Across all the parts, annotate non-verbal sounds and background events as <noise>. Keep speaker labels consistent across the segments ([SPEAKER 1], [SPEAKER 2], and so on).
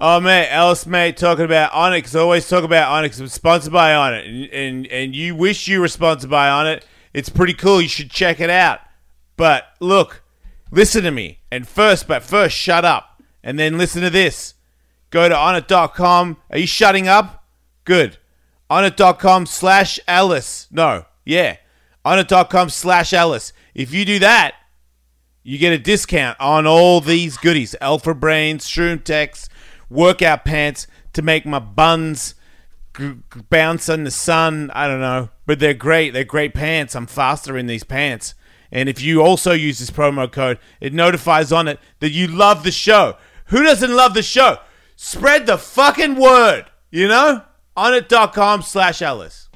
[SPEAKER 1] Oh man, Ellis mate talking about Onyx. Always talk about Onyx. It's sponsored by Onyx, and, and and you wish you were sponsored by Onyx. It's pretty cool. You should check it out. But look, listen to me. And first, but first, shut up, and then listen to this. Go to onnit.com. Are you shutting up? Good. Onnit.com slash Ellis. No, yeah. Onnit.com slash Ellis. If you do that, you get a discount on all these goodies Alpha Brains, Shroom Techs, workout pants to make my buns g- g- bounce in the sun. I don't know. But they're great. They're great pants. I'm faster in these pants. And if you also use this promo code, it notifies on it that you love the show. Who doesn't love the show? Spread the fucking word, you know? On it.com slash Alice.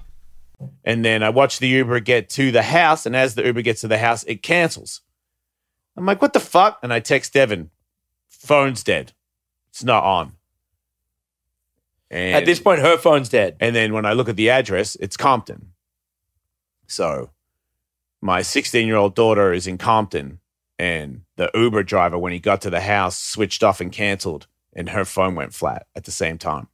[SPEAKER 1] And then I watch the Uber get to the house, and as the Uber gets to the house, it cancels. I'm like, what the fuck? And I text Devin, phone's dead. It's not on. And,
[SPEAKER 2] At this point, her phone's dead.
[SPEAKER 1] and then when I look at the address, it's Compton. So my 16 year old daughter is in Compton, and the Uber driver, when he got to the house, switched off and canceled, and her phone went flat at the same time.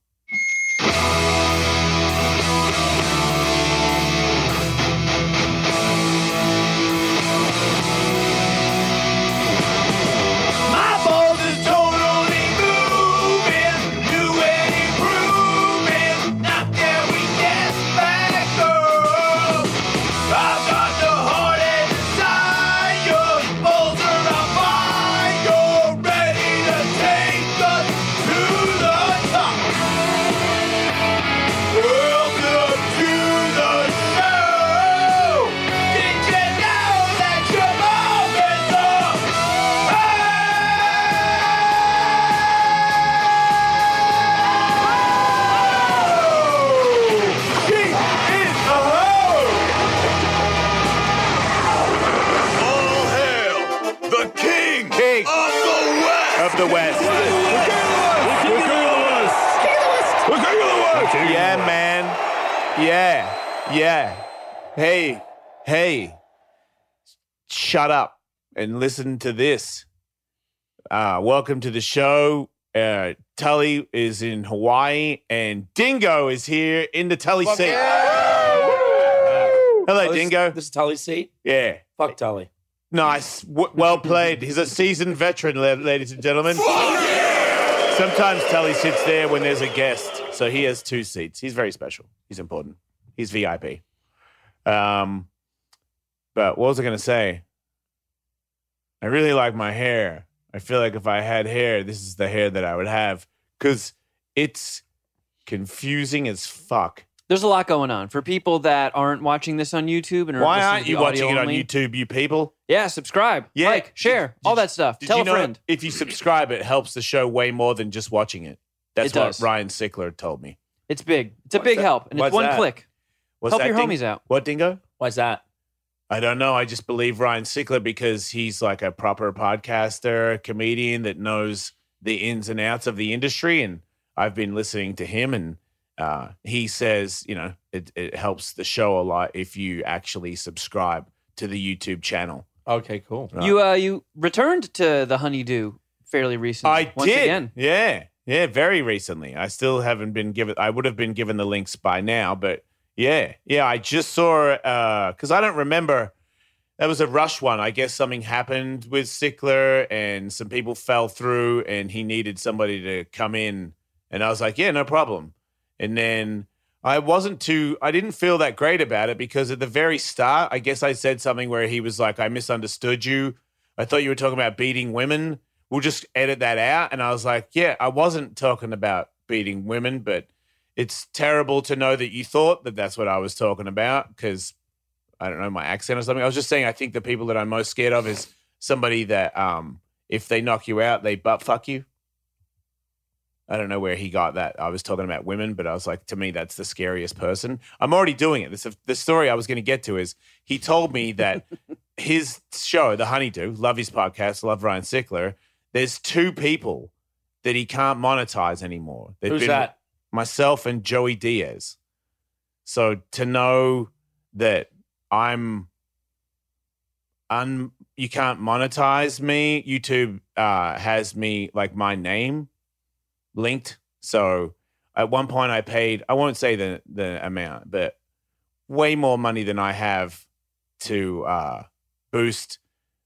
[SPEAKER 3] My balls is totally moving, new and improving. Now can we get back up? I've got the heart and desire. Balls are on fire, ready to take us to the top. Welcome to the show. Did you know that your mom is a all hail the king, of the West. Of the West.
[SPEAKER 1] Yeah, man. Yeah. Yeah. Hey, hey. Shut up and listen to this. Uh, welcome to the show. Uh, Tully is in Hawaii and Dingo is here in the Tully seat. Hello,
[SPEAKER 2] Oh, this-
[SPEAKER 1] Dingo.
[SPEAKER 2] This is Tully's seat.
[SPEAKER 1] yeah.
[SPEAKER 2] Fuck Tully.
[SPEAKER 1] Nice. W- well played. He's a seasoned veteran, la- ladies and gentlemen. Sometimes Tully sits there when there's a guest, so he has two seats. He's very special. He's important. He's VIP. Um, but what was I going to say? I really like my hair. I feel like if I had hair, this is the hair that I would have because it's confusing as fuck.
[SPEAKER 4] There's a lot going on for people that aren't watching this on YouTube and are
[SPEAKER 1] Why
[SPEAKER 4] listening
[SPEAKER 1] aren't
[SPEAKER 4] to
[SPEAKER 1] you
[SPEAKER 4] the audio
[SPEAKER 1] watching it on
[SPEAKER 4] only.
[SPEAKER 1] YouTube, you people?
[SPEAKER 4] Yeah, subscribe,
[SPEAKER 1] Yeah.
[SPEAKER 4] like, share, all that stuff.
[SPEAKER 1] Did
[SPEAKER 4] Tell
[SPEAKER 1] you
[SPEAKER 4] a
[SPEAKER 1] know
[SPEAKER 4] friend.
[SPEAKER 1] If you subscribe, it helps the show way more than just watching it. That's
[SPEAKER 4] It
[SPEAKER 1] what
[SPEAKER 4] does.
[SPEAKER 1] Ryan Sickler told me.
[SPEAKER 4] It's big. It's a
[SPEAKER 1] What's
[SPEAKER 4] big
[SPEAKER 1] that?
[SPEAKER 4] help, and
[SPEAKER 1] What's
[SPEAKER 4] it's one
[SPEAKER 1] that?
[SPEAKER 4] click.
[SPEAKER 1] What's
[SPEAKER 4] Help
[SPEAKER 1] that
[SPEAKER 4] your
[SPEAKER 1] ding-
[SPEAKER 4] homies out.
[SPEAKER 1] What dingo?
[SPEAKER 2] Why's that?
[SPEAKER 1] I don't know. I just believe Ryan Sickler because he's like a proper podcaster, a comedian that knows the ins and outs of the industry. And I've been listening to him, and uh, he says, you know, it, it helps the show a lot if you actually subscribe to the YouTube channel.
[SPEAKER 2] Okay, cool.
[SPEAKER 1] Right.
[SPEAKER 4] You uh, you returned to the honeydew fairly recently.
[SPEAKER 1] I
[SPEAKER 4] once
[SPEAKER 1] did.
[SPEAKER 4] again.
[SPEAKER 1] Yeah. Yeah. Very recently. I still haven't been given, I would have been given the links by now, but yeah. Yeah. I just saw, because I don't remember. That was a rush one. I guess something happened with Sickler and some people fell through and he needed somebody to come in. And I was like, yeah, no problem. And then I wasn't too, I didn't feel that great about it because at the very start, I guess I said something where he was like, I misunderstood you. I thought you were talking about beating women. We'll just edit that out. And I was like, yeah, I wasn't talking about beating women, but it's terrible to know that you thought that that's what I was talking about because I don't know my accent or something. I was just saying, I think the people that I'm most scared of is somebody that, um, if they knock you out, they butt fuck you. I don't know where he got that. I was talking about women, but I was like, to me, that's the scariest person. I'm already doing it. This the story I was going to get to is he told
[SPEAKER 2] <laughs>
[SPEAKER 1] me that his show, The Honeydew, love his podcast, love Ryan Sickler. There's two people that he can't monetize anymore. They've
[SPEAKER 2] Who's
[SPEAKER 1] been-
[SPEAKER 2] that?
[SPEAKER 1] myself and Joey Diaz. So to know that I'm un you can't monetize me, YouTube uh has me like my name
[SPEAKER 3] linked.
[SPEAKER 1] So at one point I paid I won't say the the amount, but way more money than I have to uh boost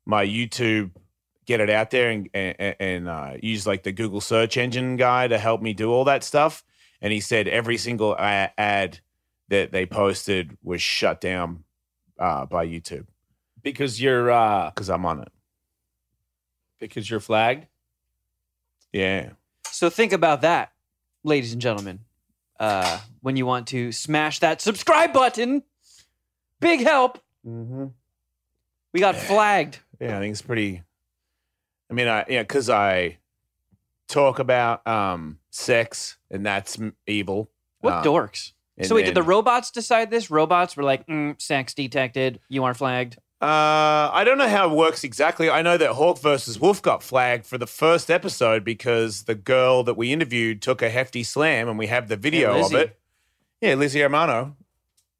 [SPEAKER 1] my YouTube, get it out there and and, and uh, use like the Google search engine guy to help me do all that stuff. And he said every single a- ad that they posted was shut down uh, by YouTube
[SPEAKER 3] Because you're uh
[SPEAKER 1] because I'm on it.
[SPEAKER 3] because you're flagged.
[SPEAKER 1] Yeah.
[SPEAKER 4] So think about that, ladies and gentlemen. Uh, when you want to smash that subscribe button, big help.
[SPEAKER 1] Mm-hmm.
[SPEAKER 4] We got flagged.
[SPEAKER 1] yeah, I think it's pretty. I mean, I yeah, because I talk about um sex, and that's m- evil.
[SPEAKER 4] What
[SPEAKER 1] Uh,
[SPEAKER 4] dorks?
[SPEAKER 1] and
[SPEAKER 4] So wait, did the
[SPEAKER 1] then-
[SPEAKER 4] robots decide this? Robots were like, mm, sex detected. You are flagged. <laughs>
[SPEAKER 1] Uh, I don't know how it works exactly. I know that Hawk versus Wolf got flagged for the first episode because the girl that we interviewed took a hefty slam, and we have the video of
[SPEAKER 4] Lizzie.
[SPEAKER 1] it. Yeah, Lizzie Romano.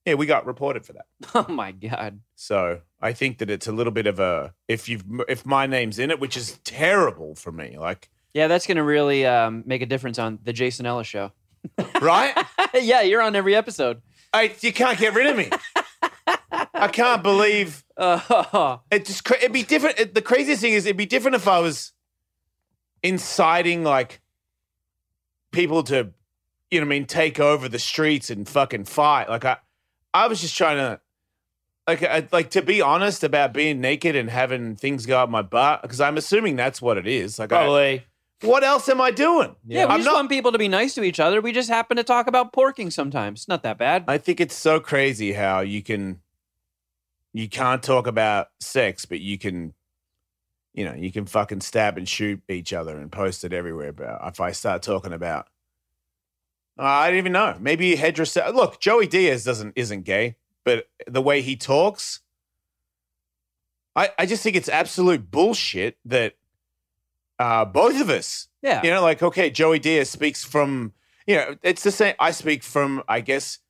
[SPEAKER 1] Yeah, we got reported for that.
[SPEAKER 4] Oh my god.
[SPEAKER 1] So I think that it's a little bit of a if you've if my name's in it, which is terrible for me. Like,
[SPEAKER 4] Yeah, that's gonna really um, make a difference on the Jason Ellis show. <laughs>
[SPEAKER 1] right?
[SPEAKER 4] yeah, you're on every episode. <laughs>
[SPEAKER 1] I, you can't get rid of me. I can't believe
[SPEAKER 4] Uh,
[SPEAKER 1] it. Just cra- it'd be different. it- the craziest thing is it'd be different if I was inciting like people to, you know, what I mean, take over the streets and fucking fight. Like I, I was just trying to, like, I, like to be honest about being naked and having things go up my butt because I'm assuming that's what it is. Like, I,
[SPEAKER 3] Probably.
[SPEAKER 1] what else am I doing?
[SPEAKER 4] yeah, we
[SPEAKER 1] I'm
[SPEAKER 4] just
[SPEAKER 1] not-
[SPEAKER 4] want people to be nice to each other. We just happen to talk about porking sometimes. Not that bad.
[SPEAKER 1] I think it's so crazy how you can you can't talk about sex, but you can you know, you can fucking stab and shoot each other and post it everywhere. But if I start talking about I don't even know. Maybe heterosexual. Look, Joey Diaz doesn't isn't gay, but the way he talks, I I just think it's absolute bullshit that uh, both of us
[SPEAKER 4] Yeah.
[SPEAKER 1] you know, like okay, Joey Diaz speaks from you know, it's the same. I speak from, I guess,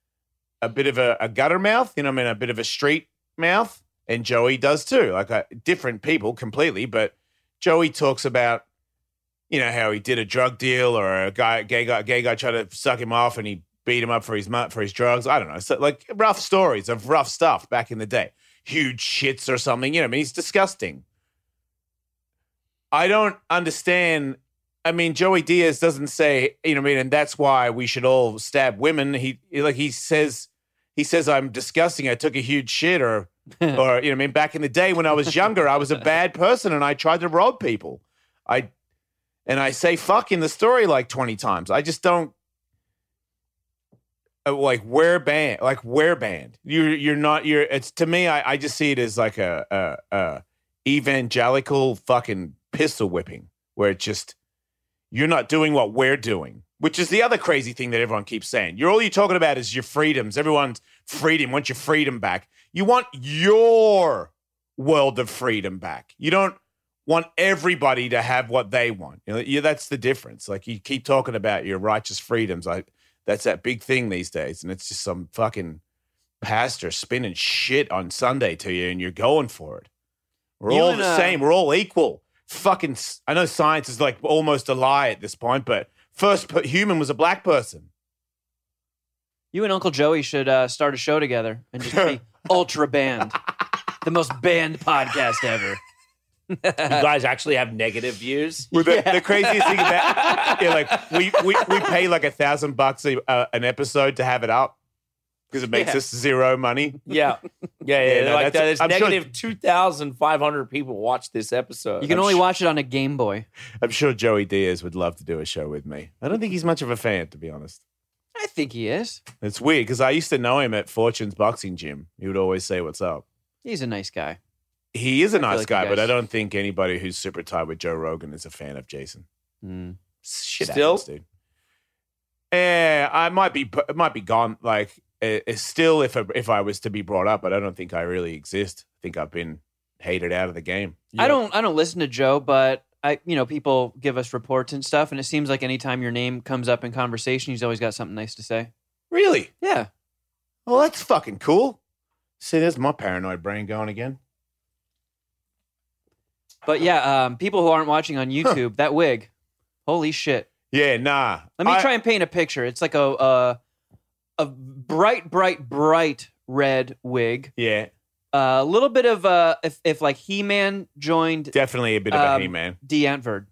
[SPEAKER 1] a bit of a, a gutter mouth. You know, what I mean, a bit of a street mouth, and Joey does too. Like uh different people completely, but Joey talks about, you know, how he did a drug deal or a guy, gay guy, gay guy tried to suck him off, and he beat him up for his mu- for his drugs. I don't know, so, like rough stories of rough stuff back in the day, huge shits or something. You know, what I mean, he's disgusting. I don't understand I mean, Joey Diaz doesn't say, you know, what I mean, and that's why we should all stab women. He like he says, he says I'm disgusting. I took a huge shit, or, or you know, what I mean, back in the day when I was younger, I was a bad person and I tried to rob people. I and I say fuck in the story like twenty times. I just don't uh, like we're banned. Like we're banned. You're you're not. You're it's to me. I I just see it as like a a, a evangelical fucking pistol whipping where it just you're not doing what we're doing, which is the other crazy thing that everyone keeps saying. You're all you're talking about is your freedoms. Everyone's freedom wants your freedom back. You want your world of freedom back. You don't want everybody to have what they want. You know, yeah, that's the difference. Like you keep talking about your righteous freedoms. I that's that big thing these days, and it's just some fucking pastor spinning shit on Sunday to you, and you're going for it. We're
[SPEAKER 4] You
[SPEAKER 1] all
[SPEAKER 4] and,
[SPEAKER 1] the
[SPEAKER 4] uh,
[SPEAKER 1] same. We're all equal. Fucking, s- I know science is like almost a lie at this point, but first per- human was a black person.
[SPEAKER 4] You and Uncle Joey should uh, start a show together and
[SPEAKER 3] <laughs>
[SPEAKER 4] just be ultra banned. The most banned podcast ever.
[SPEAKER 3] You guys actually have negative
[SPEAKER 4] <laughs>
[SPEAKER 3] views.
[SPEAKER 1] Well, the, the craziest thing about yeah, like we, we we pay like a thousand bucks a, uh, an episode to have it up because it makes
[SPEAKER 4] Yeah.
[SPEAKER 1] us zero money.
[SPEAKER 4] <laughs>
[SPEAKER 3] Yeah. Yeah, yeah.
[SPEAKER 1] Yeah, no,
[SPEAKER 3] like
[SPEAKER 1] that's-
[SPEAKER 3] that is
[SPEAKER 1] I'm sure-
[SPEAKER 3] negative 2,500 people watch this episode.
[SPEAKER 4] You can
[SPEAKER 3] I'm
[SPEAKER 4] only
[SPEAKER 3] sure-
[SPEAKER 4] watch it on a Game Boy.
[SPEAKER 1] I'm sure Joey Diaz would love to do a show with me. I don't think he's much of a fan, to be honest.
[SPEAKER 4] I think he is.
[SPEAKER 1] It's weird because I used to know him at Fortune's Boxing Gym. He would always say, "What's up."
[SPEAKER 4] He's a nice guy.
[SPEAKER 1] He is a nice
[SPEAKER 4] like you
[SPEAKER 1] guy, but
[SPEAKER 4] guys-
[SPEAKER 1] I don't think anybody who's super tied with Joe Rogan is a fan of Jason.
[SPEAKER 4] Mm.
[SPEAKER 1] Shit
[SPEAKER 3] Still?
[SPEAKER 1] happens, dude. Yeah, I might be, it might be gone. Like, it, it's still, if I, if I was to be brought up, but I don't think I really exist. I think I've been hated out of the game.
[SPEAKER 4] I don't. I don't listen to Joe, but I, you know, people give us reports and stuff, and it seems like anytime your name comes up in conversation, he's always got something nice to say.
[SPEAKER 1] really.
[SPEAKER 4] Yeah.
[SPEAKER 1] Well, that's fucking cool. See, there's my paranoid brain going again.
[SPEAKER 4] But yeah, um, people who aren't watching on YouTube, that wig, holy shit!
[SPEAKER 1] Yeah, nah.
[SPEAKER 4] Let me
[SPEAKER 1] I-
[SPEAKER 4] try and paint a picture. It's like a uh, a bright, bright, bright red wig.
[SPEAKER 1] Yeah,
[SPEAKER 4] Uh, a little bit of uh, if if like He Man joined
[SPEAKER 1] definitely a bit of a
[SPEAKER 4] Um,
[SPEAKER 1] He Man.
[SPEAKER 4] D Antwoord.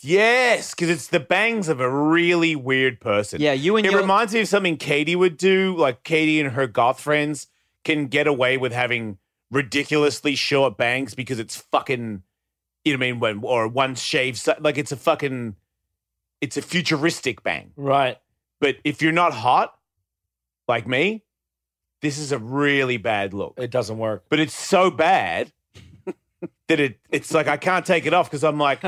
[SPEAKER 1] Yes, because it's the bangs of a really weird person.
[SPEAKER 4] Yeah, you and
[SPEAKER 1] It
[SPEAKER 4] Yo-
[SPEAKER 1] reminds me of something Katie would do. Like Katie and her goth friends can get away with having ridiculously short bangs because it's fucking, you know what I mean? When or one shave, si- like it's a fucking, it's a futuristic bang.
[SPEAKER 3] Right.
[SPEAKER 1] But if you're not hot, like me, this is a really bad look.
[SPEAKER 3] It doesn't work.
[SPEAKER 1] But it's so bad <laughs> that it it's like I can't take it off because I'm like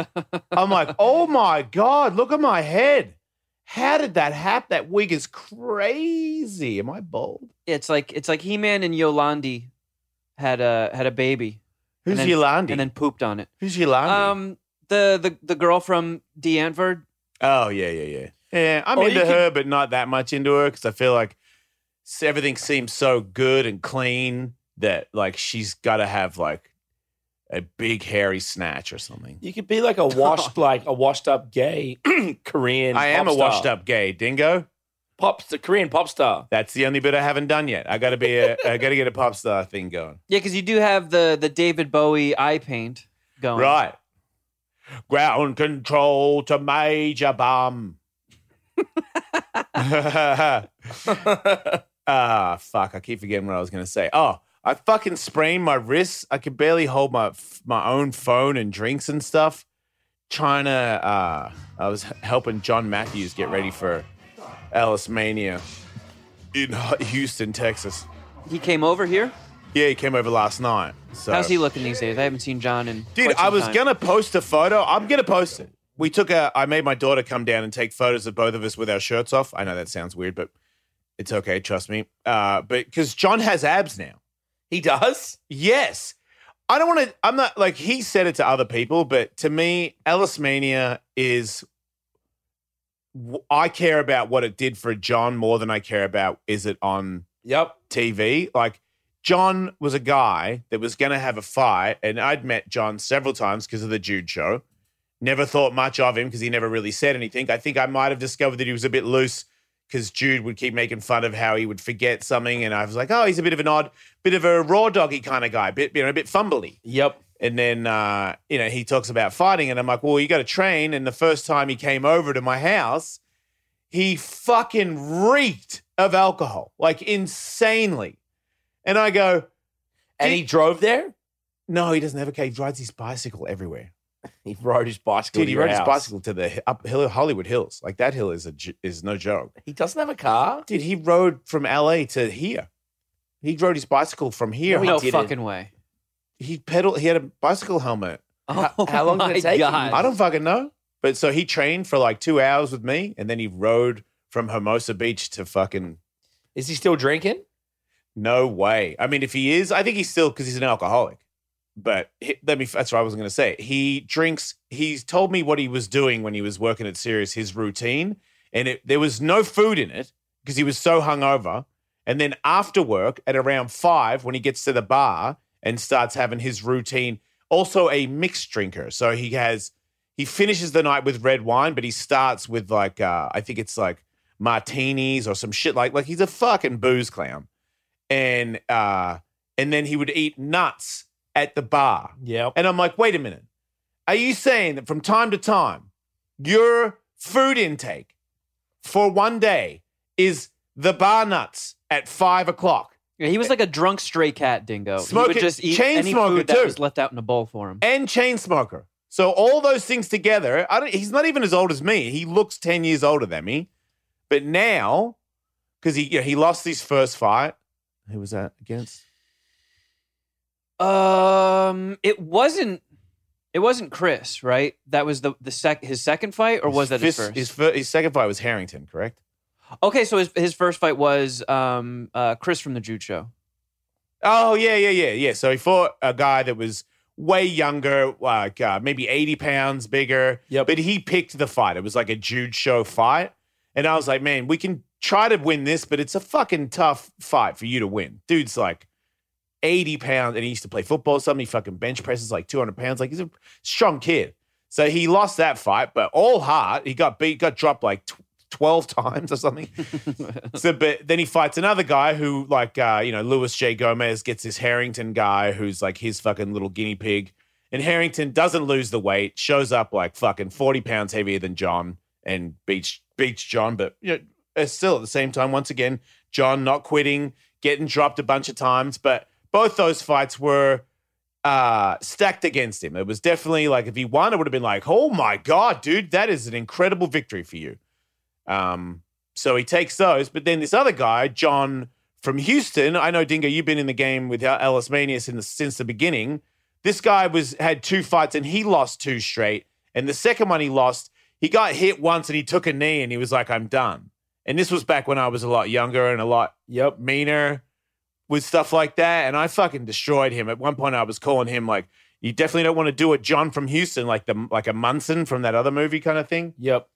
[SPEAKER 1] I'm like oh my god, look at my head. How did that happen? That wig is crazy. Am I bald?
[SPEAKER 4] it's like it's like He Man and Yolandi had a had a baby
[SPEAKER 1] Who's
[SPEAKER 4] then-
[SPEAKER 1] Yolandi?
[SPEAKER 4] and then pooped on it.
[SPEAKER 1] Who's Yolandi?
[SPEAKER 4] Um, the the the girl from D Antwoord.
[SPEAKER 1] oh yeah, yeah, yeah. Yeah, I'm
[SPEAKER 3] Or you
[SPEAKER 1] into
[SPEAKER 3] could-
[SPEAKER 1] her, but not that much into her because I feel like s- everything seems so good and clean that like she's got to have like a big hairy snatch or something.
[SPEAKER 3] You could be like
[SPEAKER 1] <laughs>
[SPEAKER 3] a washed, like a washed up gay <clears throat> Korean.
[SPEAKER 1] I am
[SPEAKER 3] pop
[SPEAKER 1] a
[SPEAKER 3] star.
[SPEAKER 1] washed up gay dingo.
[SPEAKER 3] pop star, Korean pop star.
[SPEAKER 1] That's the only bit I haven't done yet. I gotta be a I gotta get a pop star thing going.
[SPEAKER 4] Yeah, because you do have the the David Bowie eye paint going.
[SPEAKER 1] Right. Ground control to major bum. <laughs> Ah, fuck. I keep forgetting what I was gonna say. Oh, I fucking sprained my wrists. I could barely hold my my own phone and drinks and stuff. Trying to uh I was helping John Matthews get ready for Alice Mania in Houston, Texas.
[SPEAKER 4] He came over here.
[SPEAKER 1] Yeah, he came over last night. So.
[SPEAKER 4] How's he looking these days? I haven't seen John in.
[SPEAKER 1] Dude,
[SPEAKER 4] quite some
[SPEAKER 1] I was
[SPEAKER 4] time.
[SPEAKER 1] gonna post a photo. I'm gonna post it. We took a. I made my daughter come down and take photos of both of us with our shirts off. I know that sounds weird, but it's okay. Trust me. Uh, but because John has abs now.
[SPEAKER 3] He does.
[SPEAKER 1] Yes. I don't want to. I'm not like he said it to other people, but to me, Ellis Mania is. w- I care about what it did for John more than I care about is it on
[SPEAKER 3] Yep.
[SPEAKER 1] TV. Like John was a guy that was going to have a fight, and I'd met John several times because of the Jude show. Never thought much of him because he never really said anything. I think I might have discovered that he was a bit loose because Jude would keep making fun of how he would forget something, and I was like, oh, he's a bit of an odd, bit of a raw doggy kind of guy, bit you know, a bit fumbly.
[SPEAKER 3] Yep.
[SPEAKER 1] And then uh, you know he talks about fighting, and I'm like, well, you got to train. And the first time he came over to my house, he fucking reeked of alcohol, like insanely. And I go,
[SPEAKER 3] And he drove there.
[SPEAKER 1] no, he doesn't have a cave. He rides his bicycle everywhere.
[SPEAKER 3] He rode his bicycle.
[SPEAKER 1] Dude,
[SPEAKER 3] to
[SPEAKER 1] he
[SPEAKER 3] your
[SPEAKER 1] rode his
[SPEAKER 3] house.
[SPEAKER 1] bicycle to the up hill, Hollywood Hills. Like that hill is a j- is no joke.
[SPEAKER 3] He doesn't have a car.
[SPEAKER 1] Dude, he rode from LA to here. He rode his bicycle from here.
[SPEAKER 3] No, he
[SPEAKER 4] No
[SPEAKER 3] didn't.
[SPEAKER 4] fucking way.
[SPEAKER 1] he pedaled. He had a bicycle helmet.
[SPEAKER 3] How- how long did it
[SPEAKER 4] Oh my
[SPEAKER 3] take him?
[SPEAKER 4] God.
[SPEAKER 1] I don't fucking know. But so he trained for like two hours with me, and then he rode from Hermosa Beach to fucking
[SPEAKER 3] Is he still drinking?
[SPEAKER 1] no way. I mean, if he is, I think he's still because he's an alcoholic. But he, let me. That's what I was going to say. He drinks. He's told me what he was doing when he was working at Sirius, his routine, and it, there was no food in it because he was so hungover. And then after work at around five, when he gets to the bar and starts having his routine, also a mixed drinker. So he has he finishes the night with red wine, but he starts with like uh, I think it's like martinis or some shit like like he's a fucking booze clown. And uh and then he would eat nuts at the bar.
[SPEAKER 3] Yep.
[SPEAKER 1] And I'm like, wait a minute. Are you saying that from time to time, your food intake for one day is the bar nuts at five o'clock?
[SPEAKER 4] Yeah, he was like a drunk stray cat dingo.
[SPEAKER 1] Smoke
[SPEAKER 4] he would
[SPEAKER 1] it-
[SPEAKER 4] just eat
[SPEAKER 1] Eh, chain
[SPEAKER 4] any
[SPEAKER 1] smoker,
[SPEAKER 4] food
[SPEAKER 1] too.
[SPEAKER 4] that was left out in a bowl for him.
[SPEAKER 1] and chain smoker. So all those things together, I don't, he's not even as old as me. He looks ten years older than me, but now because he you know, he lost his first fight. Who was that against?
[SPEAKER 4] Um, it wasn't. It wasn't Chris, right? That was the the sec his second fight, or was that his
[SPEAKER 1] fist-
[SPEAKER 4] first?
[SPEAKER 1] His, fir- his second fight was Harrington, correct?
[SPEAKER 4] okay, so his his first fight was um uh Chris from the Jude Show. <laughs>
[SPEAKER 1] Oh yeah, yeah, yeah, yeah. So he fought a guy that was way younger, like uh, maybe eighty pounds bigger.
[SPEAKER 3] Yep.
[SPEAKER 1] But he picked the fight. It was like a Jude show fight, and I was like, man, we can try to win this, but it's a fucking tough fight for you to win. Dude's like. 80 pounds and he used to play football or something. He fucking bench presses like 200 pounds. Like he's a strong kid. So he lost that fight, but all heart, he got beat, got dropped like tw- 12 <laughs> times or something. so, but then he fights another guy who, like, uh, you know, Luis J. Gomez gets this Harrington guy who's like his fucking little guinea pig. And Harrington doesn't lose the weight, shows up like fucking 40 pounds heavier than John and beats, beats John. But, you know, uh, still at the same time, once again, John not quitting, getting dropped a bunch of times. But both those fights were uh, stacked against him. It was definitely like if he won, it would have been like, oh my god, dude, that is an incredible victory for you. Um, so he takes those, but then this other guy, John from Houston, I know Dingo, you've been in the game with El- Ellis Manius in the, since the beginning. This guy was had two fights and he lost two straight, and the second one he lost, he got hit once and he took a knee and he was like, I'm done. And this was back when I was a lot younger and a lot yep meaner with stuff like that. And I fucking destroyed him. At one point, I was calling him like, "You definitely don't want to do a John from Houston, like the like a Munson from that other movie kind of thing."
[SPEAKER 3] Yep.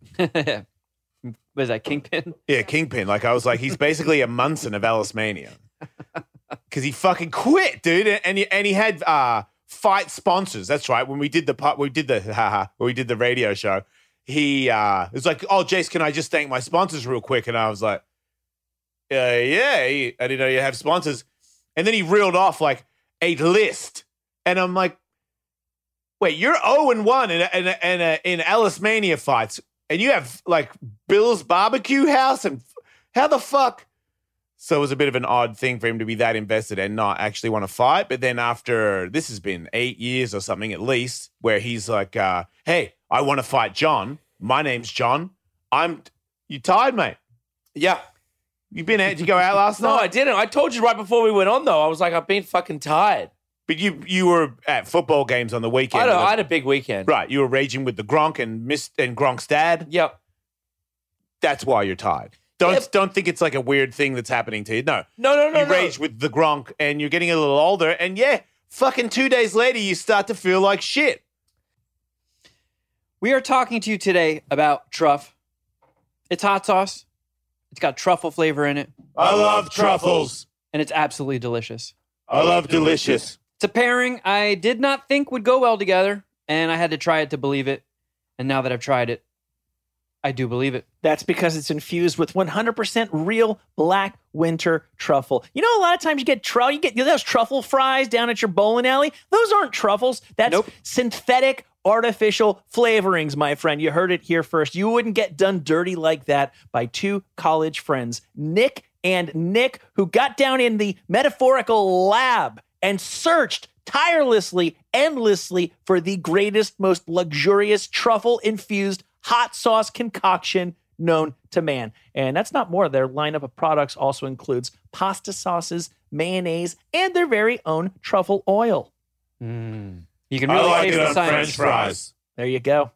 [SPEAKER 4] Was that Kingpin?
[SPEAKER 1] Yeah, Kingpin. Like I was like, he's basically a Munson of Alice Mania because he fucking quit, dude. And and he, and he had uh, fight sponsors. That's right. When we did the part, we did the <laughs> haha, when we did the radio show. He uh, was like, "Oh, Jace, can I just thank my sponsors real quick?" And I was like, uh, "Yeah, I didn't know you have sponsors." And then he reeled off like a list, and I'm like, "Wait, you're zero and one in a, in a, in, a, in Alice Mania fights, and you have like Bill's Barbecue House, and f- how the fuck?" So it was a bit of an odd thing for him to be that invested and not actually want to fight. But then after this has been eight years or something at least, where he's like, uh, "Hey, I want to fight John. My name's John. I'm. You tired, mate?
[SPEAKER 3] Yeah.
[SPEAKER 1] You been out? Did you go out last
[SPEAKER 3] <laughs> No,
[SPEAKER 1] night?
[SPEAKER 3] I didn't. I told you right before we went on though. I was like, I've been fucking tired.
[SPEAKER 1] But you you were at football games on the weekend.
[SPEAKER 3] I, had a,
[SPEAKER 1] with
[SPEAKER 3] I
[SPEAKER 1] us.
[SPEAKER 3] had a big weekend.
[SPEAKER 1] right. You were raging with the Gronk and Miss and Gronk's dad.
[SPEAKER 3] Yep.
[SPEAKER 1] That's why you're tired. Don't
[SPEAKER 3] Yep.
[SPEAKER 1] don't think it's like a weird thing that's happening to you. No,
[SPEAKER 3] No,
[SPEAKER 4] <laughs>
[SPEAKER 3] no, no,
[SPEAKER 1] you
[SPEAKER 3] no.
[SPEAKER 1] rage with the Gronk, and you're getting a little older, and yeah, fucking two days later, you start to feel like shit.
[SPEAKER 4] We are talking to you today about truff. It's hot sauce. It's got truffle flavor in it,
[SPEAKER 1] I love truffles.
[SPEAKER 4] and it's absolutely delicious.
[SPEAKER 1] I love delicious.
[SPEAKER 4] It's a pairing I did not think would go well together, and I had to try it to believe it. And now that I've tried it, I do believe it.
[SPEAKER 5] That's because it's infused with 100% real black winter truffle. You know, a lot of times you get truffle, you get you know those truffle fries down at your bowling alley. Those aren't truffles. That's
[SPEAKER 4] Nope.
[SPEAKER 5] synthetic artificial flavorings, my friend. You heard it here first. You wouldn't get done dirty like that by two college friends, Nick and Nick, who got down in the metaphorical lab and searched tirelessly, endlessly for the greatest, most luxurious truffle infused hot sauce concoction known to man. And that's not more. Their lineup of products also includes pasta sauces, mayonnaise, and their very own truffle oil. Hmm.
[SPEAKER 4] You can really taste the science.
[SPEAKER 5] There you go.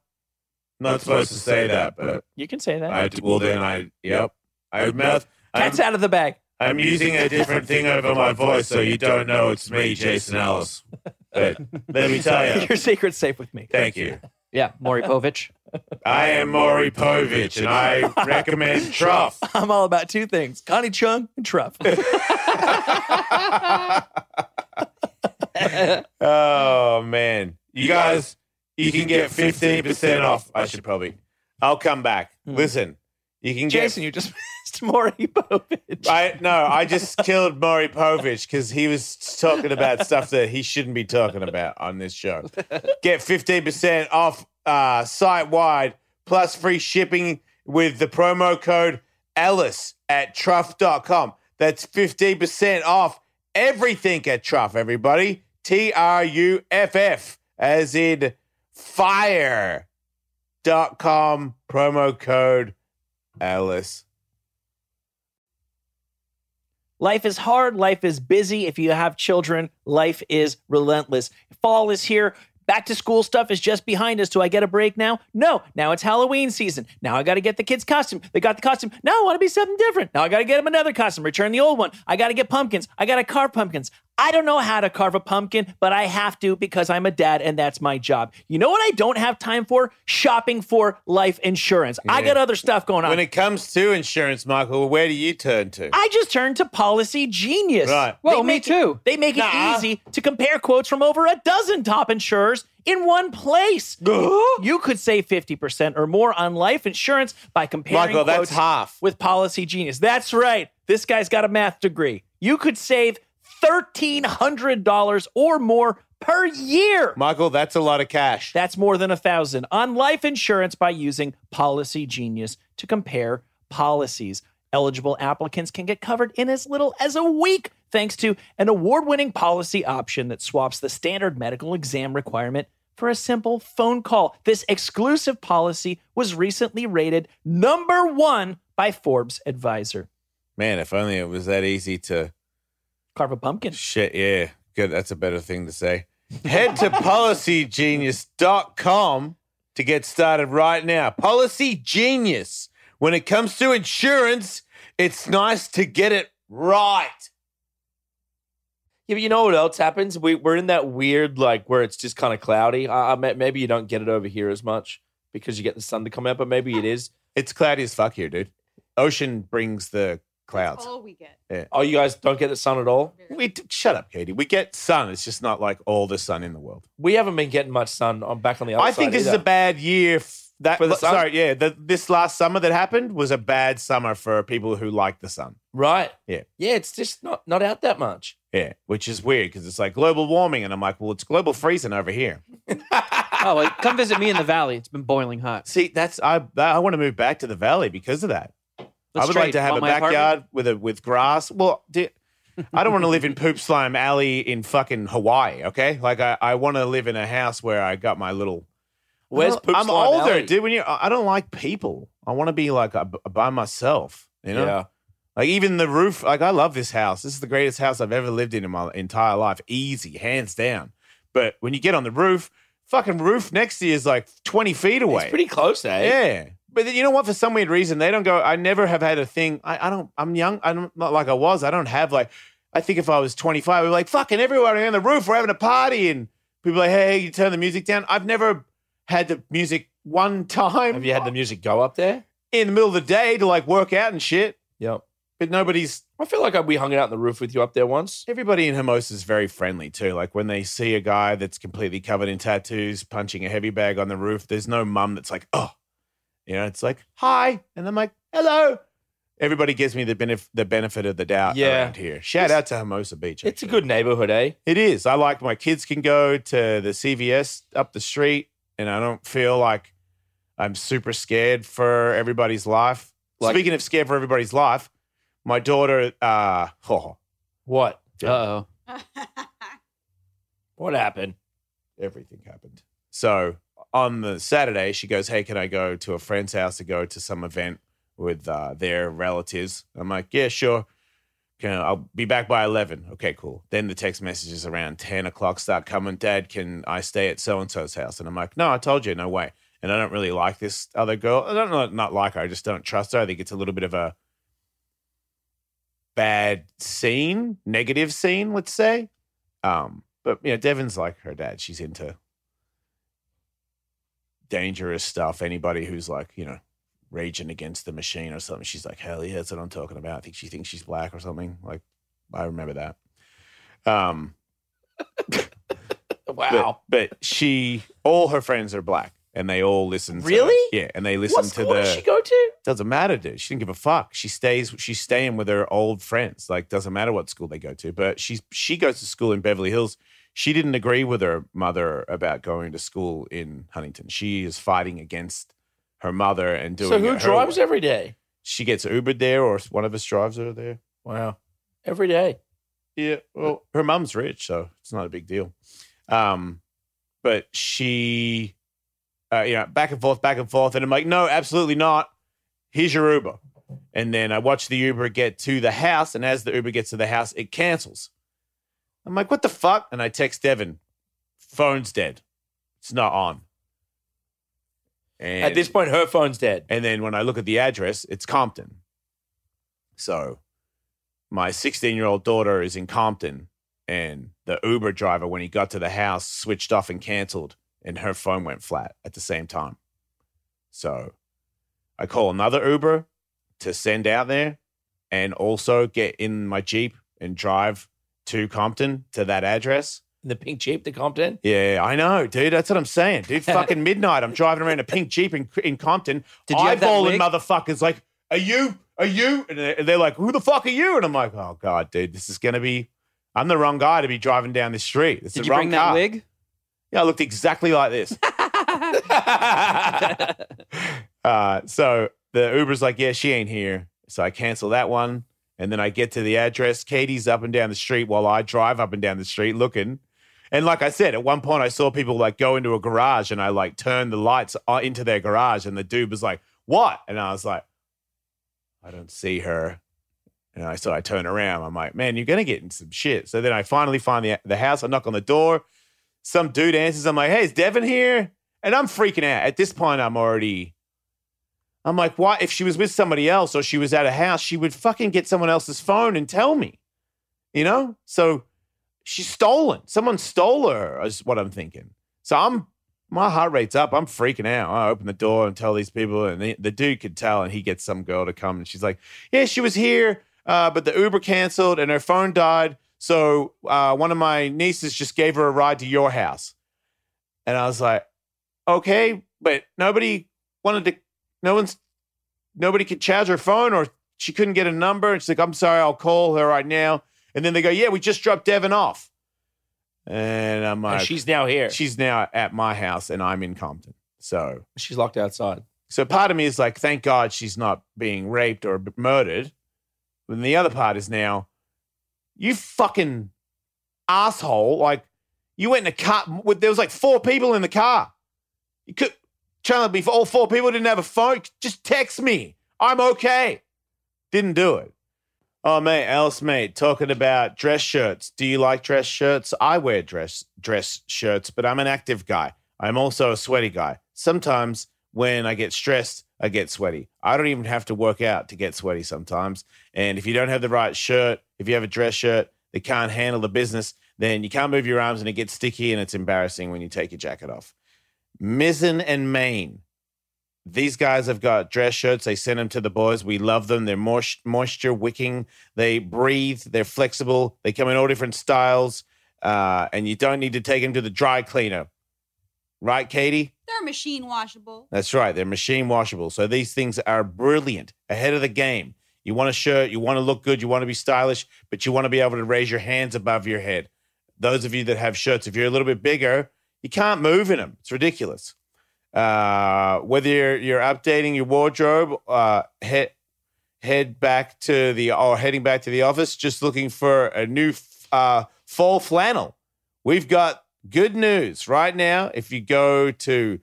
[SPEAKER 1] Not supposed to say that, but
[SPEAKER 5] You can say that.
[SPEAKER 1] well then I yep. I mouth.
[SPEAKER 5] Cat's out of the bag.
[SPEAKER 1] I'm using a different thing over my voice, so you don't know it's me, Jason Ellis. But let me tell
[SPEAKER 4] <laughs>
[SPEAKER 1] you,
[SPEAKER 5] <laughs> Your secret's safe with me.
[SPEAKER 1] thank you.
[SPEAKER 4] Yeah,
[SPEAKER 1] <laughs>
[SPEAKER 4] Maury Povich.
[SPEAKER 1] I am Maury Povich, and I
[SPEAKER 4] <laughs>
[SPEAKER 1] recommend Truff.
[SPEAKER 5] I'm all about two things Connie Chung
[SPEAKER 1] <laughs>
[SPEAKER 5] and Truff.
[SPEAKER 1] Oh man, you guys, you can get fifteen percent off. I should probably. I'll come back. Listen, you can get.
[SPEAKER 5] Jason, you just <laughs> missed Maury Povich.
[SPEAKER 1] I no, I just killed Maury Povich because he was talking about stuff that he shouldn't be talking about on this show. Get fifteen percent off uh, site wide plus free shipping with the promo code Ellis at truff.com. That's fifteen percent off everything at Truff, everybody. T R U F F as in fire dot com promo code Ellis.
[SPEAKER 5] Life is hard. Life is busy. If you have children, life is relentless. Fall is here. Back to school stuff is just behind us. Do I get a break now? No. Now it's Halloween season. Now I got to get the kids' costume. They got the costume. Now I want to be something different. Now I got to get them another costume. Return the old one. I got to get pumpkins. I got to carve pumpkins. I don't know how to carve a pumpkin, but I have to because I'm a dad and that's my job. You know what I don't have time for? Shopping for life insurance. I got other stuff going on.
[SPEAKER 1] When it comes to insurance, Michael, where do you turn to?
[SPEAKER 5] I just turned to Policy Genius.
[SPEAKER 1] Right.
[SPEAKER 4] Well, me
[SPEAKER 5] make it-
[SPEAKER 4] too.
[SPEAKER 5] they make it
[SPEAKER 1] Nah.
[SPEAKER 5] easy to compare quotes from over a dozen top insurers in one place. you could save 50% or more on life insurance by comparing
[SPEAKER 1] Michael, that's
[SPEAKER 5] quotes
[SPEAKER 1] half.
[SPEAKER 5] with Policy Genius. That's right. This guy's got a math degree. You could save $1,300 or more per year.
[SPEAKER 1] Michael, that's a lot of cash.
[SPEAKER 5] That's more than a thousand on life insurance by using Policy Genius to compare policies. Eligible applicants can get covered in as little as a week thanks to an award winning policy option that swaps the standard medical exam requirement for a simple phone call. This exclusive policy was recently rated number one by Forbes Advisor.
[SPEAKER 1] Man, if only it was that easy to
[SPEAKER 5] Carve a pumpkin.
[SPEAKER 1] Shit, yeah. Good. That's a better thing to say. Head
[SPEAKER 5] <laughs>
[SPEAKER 1] to policygenius.com to get started right now. Policy Genius. When it comes to insurance, it's nice to get it right.
[SPEAKER 3] Yeah, but you know what else happens? We we're in that weird like where it's just kind of cloudy. I, I may- maybe you don't get it over here as much because you get the sun to come out, but maybe it is.
[SPEAKER 1] It's cloudy as fuck here, dude. Ocean brings the clouds.
[SPEAKER 6] all we get.
[SPEAKER 3] Oh, you guys don't get the sun at all.
[SPEAKER 1] We d- shut up, Katie. We get sun. It's just not like all the sun in the world.
[SPEAKER 3] We haven't been getting much sun. I'm back on the other
[SPEAKER 1] I think
[SPEAKER 3] side
[SPEAKER 1] this is
[SPEAKER 3] either.
[SPEAKER 1] a bad year. F- that
[SPEAKER 3] For the sun?
[SPEAKER 1] sorry, yeah. The, this last summer that happened was a bad summer for people who like the sun.
[SPEAKER 3] right.
[SPEAKER 1] Yeah.
[SPEAKER 3] yeah. It's just not not out that much.
[SPEAKER 1] Yeah, which is weird because it's like global warming, and I'm like, well, it's global freezing over here.
[SPEAKER 4] Oh, well, come visit me in the valley. It's been boiling hot.
[SPEAKER 1] See, that's I I want to move back to the valley because of that.
[SPEAKER 4] Let's
[SPEAKER 1] I would
[SPEAKER 4] trade.
[SPEAKER 1] like to have
[SPEAKER 4] Want
[SPEAKER 1] a
[SPEAKER 4] my apartment?
[SPEAKER 1] backyard with a with grass. Well, di- I don't want to live in poop slime alley in fucking Hawaii. Okay, like I, I want to live in a house where I got my little.
[SPEAKER 3] Where's
[SPEAKER 1] I'm-
[SPEAKER 3] poop
[SPEAKER 1] I'm
[SPEAKER 3] slime
[SPEAKER 1] older,
[SPEAKER 3] alley?
[SPEAKER 1] dude. When you, I I don't like people. I want to be like uh, b- by myself. You know,
[SPEAKER 3] Yeah.
[SPEAKER 1] like even the roof. Like I love this house. This is the greatest house I've ever lived in in my entire life. Easy, hands down. But when you get on the roof, fucking roof next to you is like twenty feet away.
[SPEAKER 3] It's pretty close, eh?
[SPEAKER 1] Yeah. But then, you know what? For some weird reason, they don't go. I never have had a thing. I, I don't. I'm young. I'm not like I was. I don't have like. I think if I was 25, we were like fucking everyone on the roof. We're having a party, and people are like, hey, you turn the music down. I've never had the music one <laughs> time
[SPEAKER 3] Have you had the music go up there?
[SPEAKER 1] in the middle of the day to like work out and shit.
[SPEAKER 3] Yep.
[SPEAKER 1] But nobody's.
[SPEAKER 3] I feel like I'd be hung out on the roof with you up there once.
[SPEAKER 1] Everybody in Hermosa is very friendly too. Like when they see a guy that's completely covered in tattoos punching a heavy bag on the roof, there's no mum that's like, oh, you know, it's like, hi. And I'm like, hello. Everybody gives me the, benef- the benefit of the doubt
[SPEAKER 3] Yeah.
[SPEAKER 1] around here. Shout out to Hermosa Beach.
[SPEAKER 3] It's a
[SPEAKER 1] actually.
[SPEAKER 3] good neighborhood, eh?
[SPEAKER 1] It is. I like my kids can go to the CVS up the street and I don't feel like I'm super scared for everybody's life.
[SPEAKER 3] Like-
[SPEAKER 1] Speaking of scared for everybody's life, my daughter, uh, <laughs>
[SPEAKER 3] What?
[SPEAKER 4] Uh-oh.
[SPEAKER 3] What happened?
[SPEAKER 1] everything happened. So on the Saturday, she goes, "Hey, can I go to a friend's house to go to some event with uh, their relatives?" I'm like, "Yeah, sure. Can I'll be back by 11." Okay, cool. Then the text messages around 10 o'clock start coming. Dad, can I stay at so and so's house? And I'm like, "No, I told you, no way." And I don't really like this other girl. I don't not, not like her. I just don't trust her. I think it's a little bit of a bad scene, negative scene, let's say. Um, but you know, Devin's like her dad. She's into dangerous stuff. Anybody who's like, you know, raging against the machine or something, she's like, hell yeah, that's what I'm talking about. I think she thinks she's black or something. Like, I remember that. Um,
[SPEAKER 3] Wow.
[SPEAKER 1] But, but she, all her friends are black, and they all listen. To,
[SPEAKER 3] Really?
[SPEAKER 1] Yeah, and they listen
[SPEAKER 3] What
[SPEAKER 1] to
[SPEAKER 3] school
[SPEAKER 1] the.
[SPEAKER 3] does she go to?
[SPEAKER 1] Doesn't matter, dude. She didn't give a fuck. She stays. She's staying with her old friends. Like, doesn't matter what school they go to. But she's she goes to school in Beverly Hills. She didn't agree with her mother about going to school in Huntington. She is fighting against her mother and doing.
[SPEAKER 3] So who
[SPEAKER 1] it her
[SPEAKER 3] drives
[SPEAKER 1] way.
[SPEAKER 3] every day?
[SPEAKER 1] She gets Ubered there, or one of us drives her there.
[SPEAKER 3] Wow. Every day.
[SPEAKER 1] Yeah, well, her mum's rich, so it's not a big deal. Um, but she, uh, you know, back and forth, back and forth, and I'm like, no, absolutely not. Here's your Uber, and then I watch the Uber get to the house, and as the Uber gets to the house, it cancels. I'm like, what the fuck? And I text Devin, phone's dead, it's not on. And
[SPEAKER 3] At this point, her phone's dead.
[SPEAKER 1] and then when I look at the address, it's Compton. So my 16 year old daughter is in Compton and the Uber driver, when he got to the house, switched off and canceled, and her phone went flat at the same time. So I call another Uber to send out there and also get in my Jeep and drive to Compton to that address.
[SPEAKER 3] The pink jeep to
[SPEAKER 1] <laughs>
[SPEAKER 3] Compton. <laughs>
[SPEAKER 1] Yeah, I know, dude. That's what I'm saying,
[SPEAKER 4] <laughs>
[SPEAKER 1] dude. Fucking midnight. I'm driving around a pink jeep in, in Compton,
[SPEAKER 4] Did you have that
[SPEAKER 1] eyeballing
[SPEAKER 4] wig?
[SPEAKER 1] motherfuckers. Like, are you? Are you? And they're, they're like, "Who the fuck are you?" And I'm like, "Oh god, dude, this is gonna be. I'm the wrong guy to be driving down this street. It's
[SPEAKER 4] Did
[SPEAKER 1] the
[SPEAKER 4] you
[SPEAKER 1] wrong
[SPEAKER 4] bring
[SPEAKER 1] car."
[SPEAKER 4] that wig?
[SPEAKER 1] Yeah, I looked exactly like this. uh, so the Uber's like, yeah, she ain't here. So I cancel that one. And then I get to the address. Katie's up and down the street while I drive up and down the street looking. And like I said, at one point I saw people like go into a garage and I like turned the lights o- into their garage. And the dude was like, what? And I was like, I don't see her. And I so I turn around. I'm like, man, you're gonna get in some shit. So then I finally find the the house. I knock on the door. Some dude answers. I'm like, hey, is Devin here? And I'm freaking out. At this point, I'm already. I'm like, why? If she was with somebody else or she was at a house, she would fucking get someone else's phone and tell me. You know? So she's stolen. Someone stole her, is what I'm thinking. So I'm my heart rate's up. I'm freaking out. I open the door and tell these people, and the, the dude could tell, and he gets some girl to come, and she's like, "Yeah, she was here, uh, but the Uber canceled and her phone died, so uh, one of my nieces just gave her a ride to your house." And I was like, "Okay, but nobody wanted to. No one's nobody could charge her phone, or she couldn't get a number." And she's like, "I'm sorry, I'll call her right now." And then they go, "Yeah, we just dropped Devin off," and I'm
[SPEAKER 3] And
[SPEAKER 1] like,
[SPEAKER 3] she's now here.
[SPEAKER 1] She's now at my house and I'm in Compton. So,
[SPEAKER 3] she's locked outside.
[SPEAKER 1] so part of me is like, thank God she's not being raped or b- murdered. And the other part is now, you fucking asshole! Like, you went in a car. With, there was like four people in the car. You could challenge me for all four people didn't have a phone. Just text me. I'm okay. Didn't do it. Oh mate, else mate, talking about dress shirts. Do you like dress shirts? I wear dress dress shirts, but I'm an active guy. I'm also a sweaty guy. Sometimes when I get stressed, I get sweaty. I don't even have to work out to get sweaty sometimes. And if you don't have the right shirt, if you have a dress shirt that can't handle the business, then you can't move your arms and it gets sticky and it's embarrassing when you take your jacket off. Mizzen and Maine. These guys have got dress shirts. They send them to the boys. We love them. They're moist, moisture wicking. They breathe. They're flexible. They come in all different styles. Uh, and you don't need to take them to the dry cleaner. Right, Katie?
[SPEAKER 6] They're machine washable.
[SPEAKER 1] That's right. They're machine washable. So these things are brilliant, ahead of the game. You want a shirt, you want to look good, you want to be stylish, but you want to be able to raise your hands above your head. Those of you that have shirts, if you're a little bit bigger, you can't move in them. It's ridiculous. Uh, whether you're, you're updating your wardrobe, uh, head head back to the or heading back to the office, just looking for a new f- uh, fall flannel. We've got good news right now. If you go to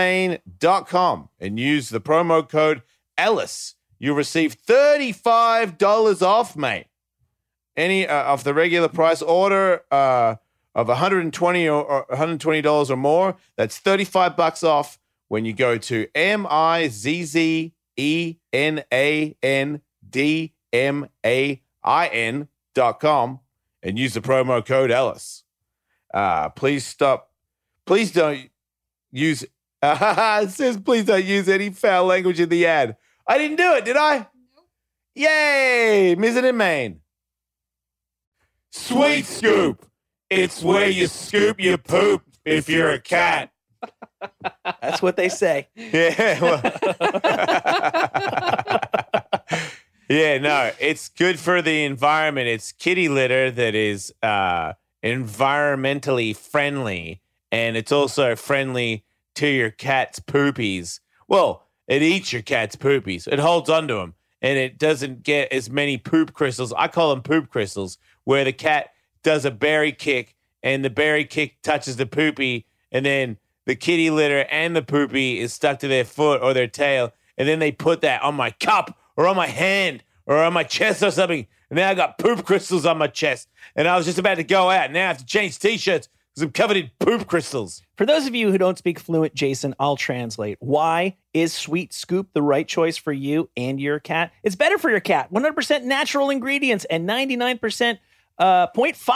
[SPEAKER 1] mizzenandmain.com and use the promo code Ellis. You'll receive $35 off, mate. Any uh, of the regular price order uh, of 120 or, or $120 or more, that's 35 bucks off when you go to M I Z Z E N A N D M A I N dot com and use the promo code Ellis. Uh, please stop. Please don't use. <laughs> it says please don't use any foul language in the ad. I didn't do it, did I? Yay, Mizzen and Maine. Sweet scoop. It's where you scoop your poop if you're a cat.
[SPEAKER 5] That's what they say.
[SPEAKER 1] Yeah. well- yeah, no, it's good for the environment. It's kitty litter that is uh, environmentally friendly, and it's also friendly to your cat's poopies. Well, it eats your cat's poopies. It holds onto them, and it doesn't get as many poop crystals. I call them poop crystals, where the cat does a berry kick, and the berry kick touches the poopy, and then the kitty litter and the poopy is stuck to their foot or their tail, and then they put that on my cup or on my hand or on my chest or something. And now I got poop crystals on my chest, and I was just about to go out. Now I have to change t-shirts because I'm covered in poop crystals.
[SPEAKER 5] For those of you who don't speak fluent Jason, I'll translate. Why is Sweet Scoop the right choice for you and your cat? It's better for your cat. 100% natural ingredients and 99% uh,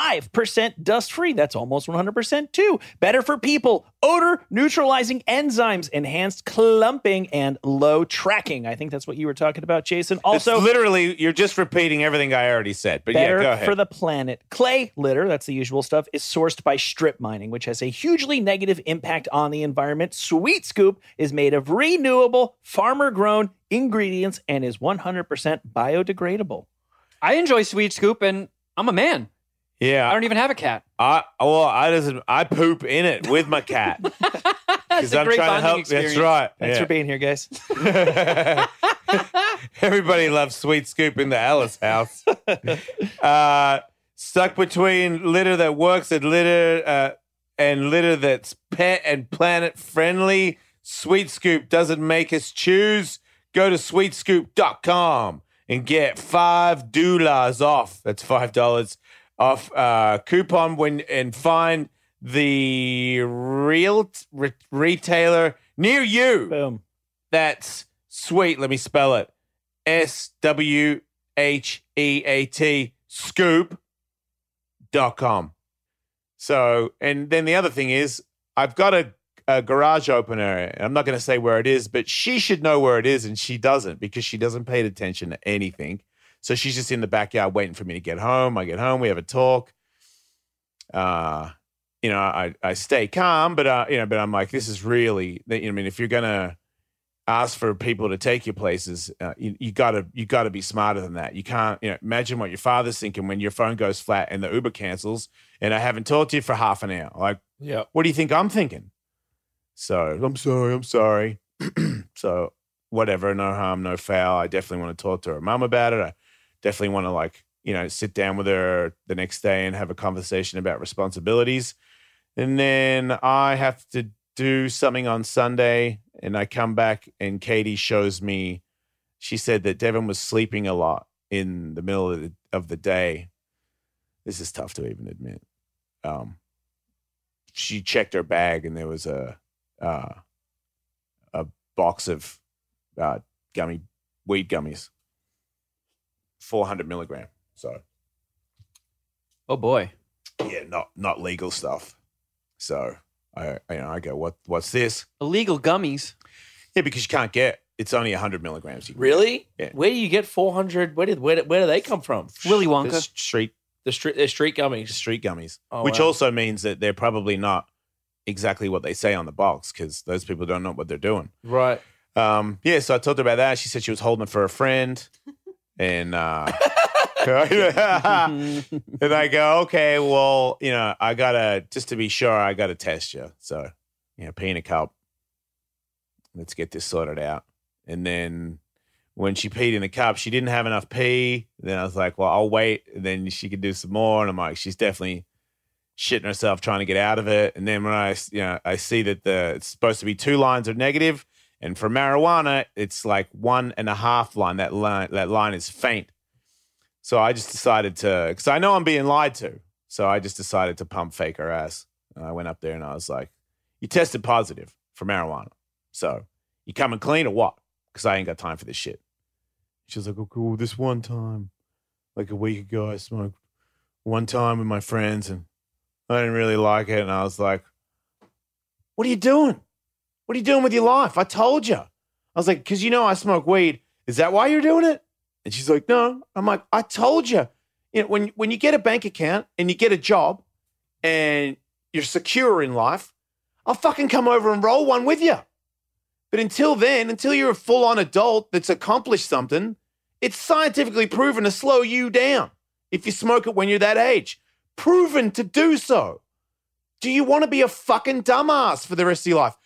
[SPEAKER 5] 0.5% dust free. That's almost 100% too. Better for people. Odor neutralizing enzymes, enhanced clumping, and low tracking. I think that's what you were talking about, Jason. Also,
[SPEAKER 1] So literally, you're just repeating everything I already said. But yeah,
[SPEAKER 5] better
[SPEAKER 1] go ahead.
[SPEAKER 5] for the planet. Clay litter, that's the usual stuff, is sourced by strip mining, which has a hugely negative impact on the environment. Sweet Scoop is made of renewable, farmer grown ingredients and is 100% biodegradable.
[SPEAKER 4] I enjoy Sweet Scoop, and I'm a man. I
[SPEAKER 1] yeah,
[SPEAKER 4] don't even have a cat.
[SPEAKER 1] I well, I just I poop in it with my cat
[SPEAKER 4] That's
[SPEAKER 1] because I'm trying to help. That's right.
[SPEAKER 5] Thanks
[SPEAKER 1] yeah.
[SPEAKER 5] for being here, guys.
[SPEAKER 1] <laughs> Everybody loves sweet scoop in the Alice house. uh, stuck between litter that works and litter uh, and litter that's pet and planet friendly. Sweet Scoop doesn't make us choose. Go to sweetscoop.com and get five dollars off. That's five dollars off uh, coupon when and find the real re- retailer near you.
[SPEAKER 5] Boom.
[SPEAKER 1] That's sweet. Let me spell it. S W H E A T scoop dot com. So, and then the other thing is, I've got a, a garage opener, and I'm not going to say where it is, but she should know where it is, and she doesn't because she doesn't pay attention to anything. So she's just in the backyard waiting for me to get home. I get home, we have a talk. Uh, you know, I I stay calm, but uh, you know, but I'm like, this is really, you know, I mean, if you're gonna ask for people to take you places, uh, you, you gotta you gotta be smarter than that. You can't, you know, imagine what your father's thinking when your phone goes flat and the Uber cancels, and I haven't talked to you for half an hour. Like,
[SPEAKER 3] Yeah.
[SPEAKER 1] what do you think I'm thinking? So I'm sorry, I'm sorry. <clears throat> so whatever, no harm, no foul. I definitely want to talk to her mom about it. I definitely want to like, you know, sit down with her the next day and have a conversation about responsibilities. And then I have to do something on Sunday and I come back and Katie shows me she said that Devin was sleeping a lot in the middle of the, of the day. This is tough to even admit. Um, she checked her bag and there was a uh, a box of uh, gummy weed gummies, four hundred milligram. So
[SPEAKER 4] Oh boy.
[SPEAKER 1] yeah, not not legal stuff. So I you know I go what what's this?
[SPEAKER 4] Illegal gummies.
[SPEAKER 1] Yeah, because you can't get it's only hundred milligrams. You can
[SPEAKER 3] Really?
[SPEAKER 1] Yeah.
[SPEAKER 3] Where do you get 400? Where did where, did- where do they come from?
[SPEAKER 4] Willy
[SPEAKER 1] get
[SPEAKER 4] Wonka.
[SPEAKER 1] the street
[SPEAKER 3] The street the street gummies.
[SPEAKER 1] street gummies,
[SPEAKER 3] Oh,
[SPEAKER 1] which
[SPEAKER 3] wow.
[SPEAKER 1] also means that they're probably not exactly what they say on the box because those people don't know what they're doing.
[SPEAKER 3] Right.
[SPEAKER 1] Um, yeah, so I told her about that. She said she was holding it for a friend, and uh, <laughs>
[SPEAKER 4] Mm-hmm.
[SPEAKER 1] and I go, okay, well, you know, I gotta just to be sure, I gotta test you. So, you know, pee in a cup. Let's get this sorted out. And then when she peed in the cup, she didn't have enough pee. Then I was like, well, I'll wait. And then she could do some more. And I'm like, she's definitely shitting herself trying to get out of it. And then when I, you know, I see that the it's supposed to be two lines of negative, and for marijuana, it's like one and a half line. That line, that line is faint. So I just decided to, because I know I'm being lied to. So I just decided to pump fake her ass. And I went up there and I was like, "You tested positive for marijuana, so you coming clean or what?" Because I ain't got time for this shit. She was like, "Oh, cool. This one time, like a week ago, I smoked one time with my friends, and I didn't really like it." And I was like, "What are you doing? What are you doing with your life?" I told you. I was like, "Cause you know I smoke weed. Is that why you're doing it?" And she's like, "No." I'm like, "I told you. You know, when when you get a bank account and you get a job, and you're secure in life, I'll fucking come over and roll one with you." But until then, until you're a full on adult that's accomplished something, it's scientifically proven to slow you down if you smoke it when you're that age. Proven to do so. Do you want to be a fucking dumbass for the rest of your life?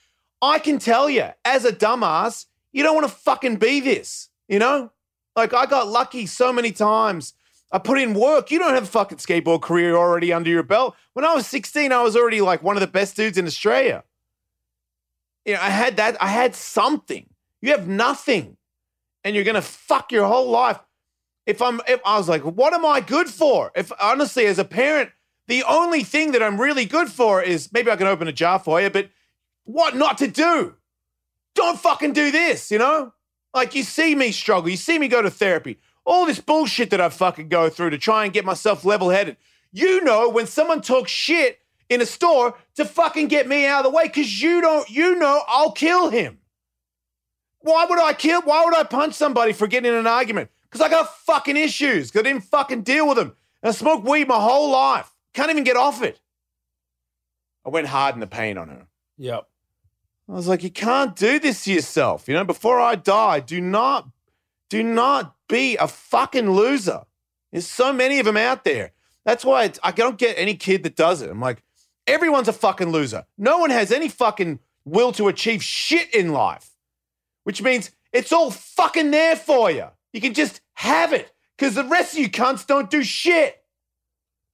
[SPEAKER 1] I can tell you, as a dumbass, you don't want to fucking be this, you know? Like, I got lucky so many times. I put in work. You don't have a fucking skateboard career already under your belt. When I was 16, I was already like one of the best dudes in Australia you know, I had that, I had something. You have nothing. And you're gonna fuck your whole life. If I'm if I was like, what am I good for? If honestly, as a parent, the only thing that I'm really good for is maybe I can open a jar for you, but what not to do? Don't fucking do this, you know? Like you see me struggle, you see me go to therapy, all this bullshit that I fucking go through to try and get myself level headed. You know when someone talks shit in a store to fucking get me out of the way because you don't, you know I'll kill him. Why would I kill? Why would I punch somebody for getting in an argument? Because I got fucking issues. 'cause I didn't fucking deal with them. And I smoked weed my whole life. Can't even get off it. I went hard in the pain on her.
[SPEAKER 3] Yep.
[SPEAKER 1] I was like, you can't do this to yourself. You know, before I die, do not, do not be a fucking loser. There's so many of them out there. That's why it's, I don't get any kid that does it. I'm like, everyone's a fucking loser. No one has any fucking will to achieve shit in life, which means it's all fucking there for you. You can just have it because the rest of you cunts don't do shit.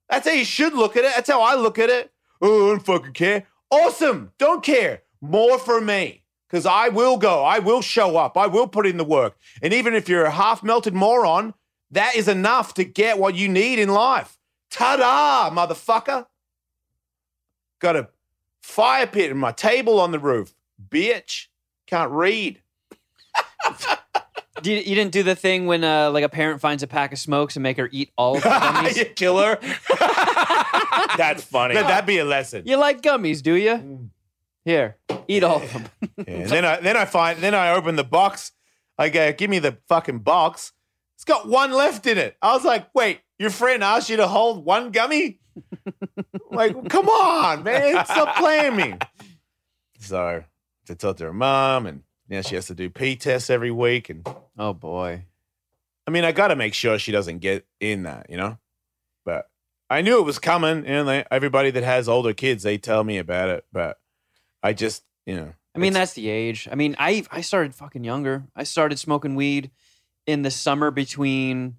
[SPEAKER 1] That's how you should look at it. That's how I look at it. Oh, I don't fucking care. Awesome. Don't care. More for me. Because I will go. I will show up. I will put in the work. And even if you're a half melted moron, that is enough to get what you need in life. Ta da, motherfucker. Got a fire pit in my table on the roof. Bitch. Can't read.
[SPEAKER 4] You, you didn't do the thing when uh, like a parent finds a pack of smokes and make her eat
[SPEAKER 1] <laughs>
[SPEAKER 4] all of the gummies.
[SPEAKER 1] you killer.
[SPEAKER 3] That's funny.
[SPEAKER 1] Let that be a lesson.
[SPEAKER 4] You like gummies, do you? Here, eat all of them.
[SPEAKER 1] Mm. Yeah, and then I then I find then I open the box. I go, give me the fucking box. It's got one left in it. I was like, wait, your friend asked you to hold one gummy? <laughs> like, come on, man, stop playing me. So I talked to her mom, and now she has to do pee tests every week. And
[SPEAKER 4] oh boy.
[SPEAKER 1] I mean, I got to make sure she doesn't get in that, you know. But I knew it was coming, and they, everybody that has older kids, they tell me about it. But I just, you know,
[SPEAKER 4] I mean, that's the age. I mean, I I started fucking younger. I started smoking weed in the summer between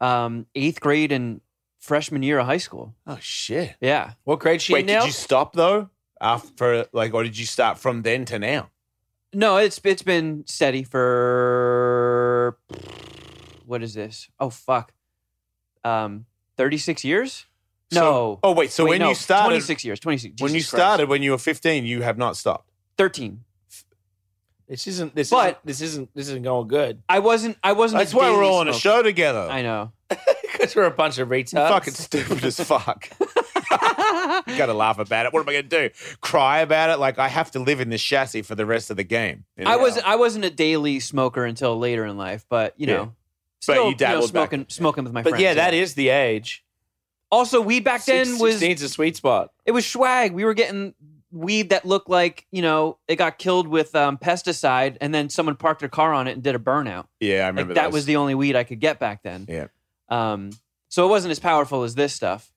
[SPEAKER 4] um, eighth grade and freshman year of high school.
[SPEAKER 1] oh shit.
[SPEAKER 4] Yeah.
[SPEAKER 3] What grade she
[SPEAKER 1] Wait,
[SPEAKER 3] in now?
[SPEAKER 1] did you stop though after like, or did you start from then to now?
[SPEAKER 4] No, it's it's been steady for what is this? Oh fuck. Um, thirty six years. No.
[SPEAKER 1] Oh wait, so
[SPEAKER 4] Wait,
[SPEAKER 1] when
[SPEAKER 4] no,
[SPEAKER 1] you started,
[SPEAKER 4] 26 years, 26.
[SPEAKER 1] when you
[SPEAKER 4] Jesus Christ.
[SPEAKER 1] started when you were fifteen, you have not stopped.
[SPEAKER 4] 13.
[SPEAKER 3] This isn't. This
[SPEAKER 4] But-
[SPEAKER 3] isn't. This isn't. This isn't going good
[SPEAKER 4] I wasn't, I wasn't. a
[SPEAKER 1] That's why we're
[SPEAKER 4] daily
[SPEAKER 1] all on a
[SPEAKER 4] smoker.
[SPEAKER 1] show together. <laughs>
[SPEAKER 4] I know.
[SPEAKER 3] <laughs> because we're a bunch of retards.
[SPEAKER 1] Fucking stupid as fuck. Gotta laugh about it. What am I gonna do? Cry about it? Like I have to live in this chassis for the rest of the game. you know?
[SPEAKER 4] I wasn't, I wasn't a daily smoker until later in life, but you
[SPEAKER 1] Yeah.
[SPEAKER 4] know, still,
[SPEAKER 1] you
[SPEAKER 4] you know,
[SPEAKER 1] dabbled back.
[SPEAKER 4] smoking, smoking with my
[SPEAKER 3] But
[SPEAKER 4] friends.
[SPEAKER 3] yeah, that is the age.
[SPEAKER 4] Also, weed back then
[SPEAKER 3] Six-
[SPEAKER 4] was,
[SPEAKER 3] 16's a sweet spot.
[SPEAKER 4] it was swag. We were getting weed that looked like, you know, it got killed with um, pesticide and then someone parked their car on it and did a burnout.
[SPEAKER 1] Yeah, I
[SPEAKER 4] Like
[SPEAKER 1] remember
[SPEAKER 4] that
[SPEAKER 1] those.
[SPEAKER 4] was the only weed I could get back then.
[SPEAKER 1] Yeah.
[SPEAKER 4] Um, so it wasn't as powerful as this stuff.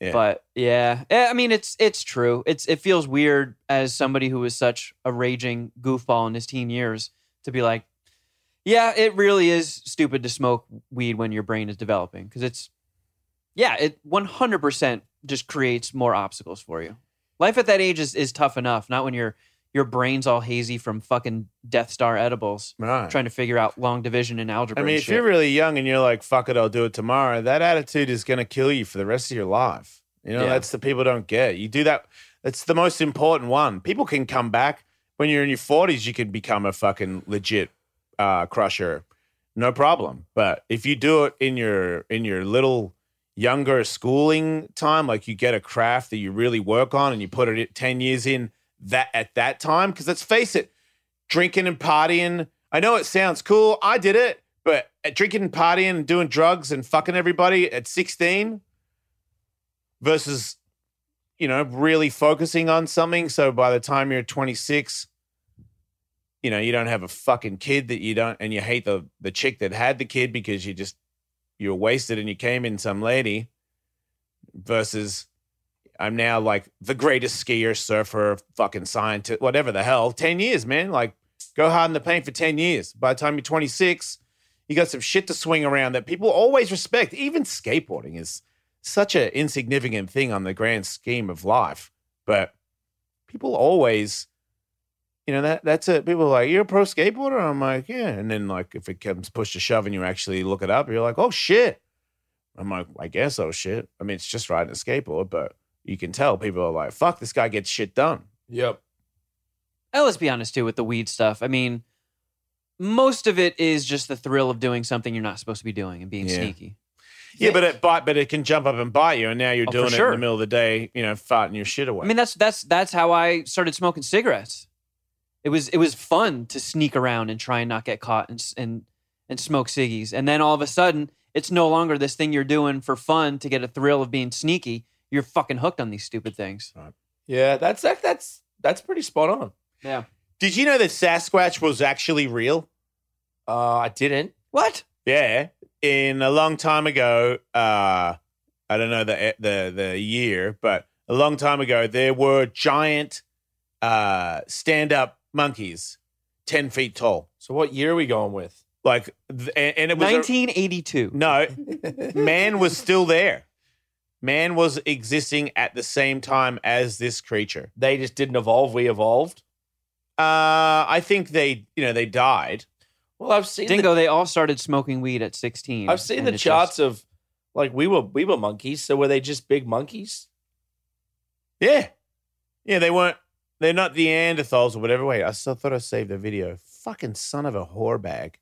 [SPEAKER 1] Yeah.
[SPEAKER 4] But yeah, Eh, I mean it's it's true. It's it feels weird as somebody who was such a raging goofball in his teen years to be like, yeah, it really is stupid to smoke weed when your brain is developing because it's yeah, it 100% just creates more obstacles for you. Life at that age is is tough enough, not when your your brain's all hazy from fucking Death Star edibles
[SPEAKER 1] right.
[SPEAKER 4] trying to figure out long division and algebra.
[SPEAKER 1] I mean,
[SPEAKER 4] and
[SPEAKER 1] if
[SPEAKER 4] shit.
[SPEAKER 1] you're really young and you're like, fuck it, I'll do it tomorrow, that attitude is going to kill you for the rest of your life. You know,
[SPEAKER 4] Yeah.
[SPEAKER 1] that's the people don't get. You do that, that's the most important one. People can come back when you're in your 40s, you can become a fucking legit uh, crusher. No problem. But if you do it in your in your little younger schooling time, like you get a craft that you really work on and you put it 10 years in that at that time, because let's face it, drinking and partying. I know it sounds cool. I did it, but at drinking and partying and doing drugs and fucking everybody at 16 versus, you know, really focusing on something. So by the time you're 26, you know, you don't have a fucking kid that you don't, and you hate the the chick that had the kid because you just you're wasted and you came in some lady. Versus, I'm now like the greatest skier, surfer, fucking scientist, whatever the hell. Ten years, man. Like, go hard in the paint for ten years. By the time you're 26, you got some shit to swing around that people always respect. Even skateboarding is such an insignificant thing on the grand scheme of life, but people always you know that that's it. People are like, "You're a pro skateboarder." I'm like, "Yeah." And then like, if it comes push to shove, and you actually look it up, you're like, "Oh shit." I'm like, "I guess oh shit." I mean, it's just riding a skateboard, but you can tell people are like, "Fuck, this guy gets shit done."
[SPEAKER 3] Yep.
[SPEAKER 4] And Oh, let's be honest too with the weed stuff. I mean, most of it is just the thrill of doing something you're not supposed to be doing and being
[SPEAKER 1] Yeah.
[SPEAKER 4] sneaky.
[SPEAKER 1] Yeah, but it bite, but it can jump up and bite you, and now you're
[SPEAKER 4] Oh, for
[SPEAKER 1] doing it in
[SPEAKER 4] sure.
[SPEAKER 1] the middle of the day, you know, farting your shit away.
[SPEAKER 4] I mean, that's that's that's how I started smoking cigarettes. It was it was fun to sneak around and try and not get caught and s- and and smoke ciggies. And then all of a sudden, it's no longer this thing you're doing for fun to get a thrill of being sneaky. You're fucking hooked on these stupid things.
[SPEAKER 3] Yeah, that's that, that's that's pretty spot on.
[SPEAKER 4] Yeah.
[SPEAKER 1] Did you know that Sasquatch was actually real?
[SPEAKER 3] Uh, I didn't.
[SPEAKER 4] What?
[SPEAKER 1] Yeah, in a long time ago, uh, I don't know the e, the the year, but a long time ago, there were giant uh, stand up monkeys, ten feet tall.
[SPEAKER 3] So what year are we going with?
[SPEAKER 1] Like, th- and, and it was a-
[SPEAKER 4] 1982.
[SPEAKER 1] no, man was still there. Man was existing at the same time as this creature.
[SPEAKER 3] They just didn't evolve. We evolved.
[SPEAKER 1] Uh, I think they, you know, they died.
[SPEAKER 3] Well, I've seen
[SPEAKER 4] Dingo. They all started smoking weed at 16.
[SPEAKER 3] The, I've seen
[SPEAKER 4] and
[SPEAKER 3] the
[SPEAKER 4] it just-
[SPEAKER 3] charts of like we were we were monkeys. So were they just big monkeys?
[SPEAKER 1] Yeah. Yeah, they weren't. They're not the Neanderthals or whatever. Wait, I still thought I saved the video. Fucking son of a whore bag.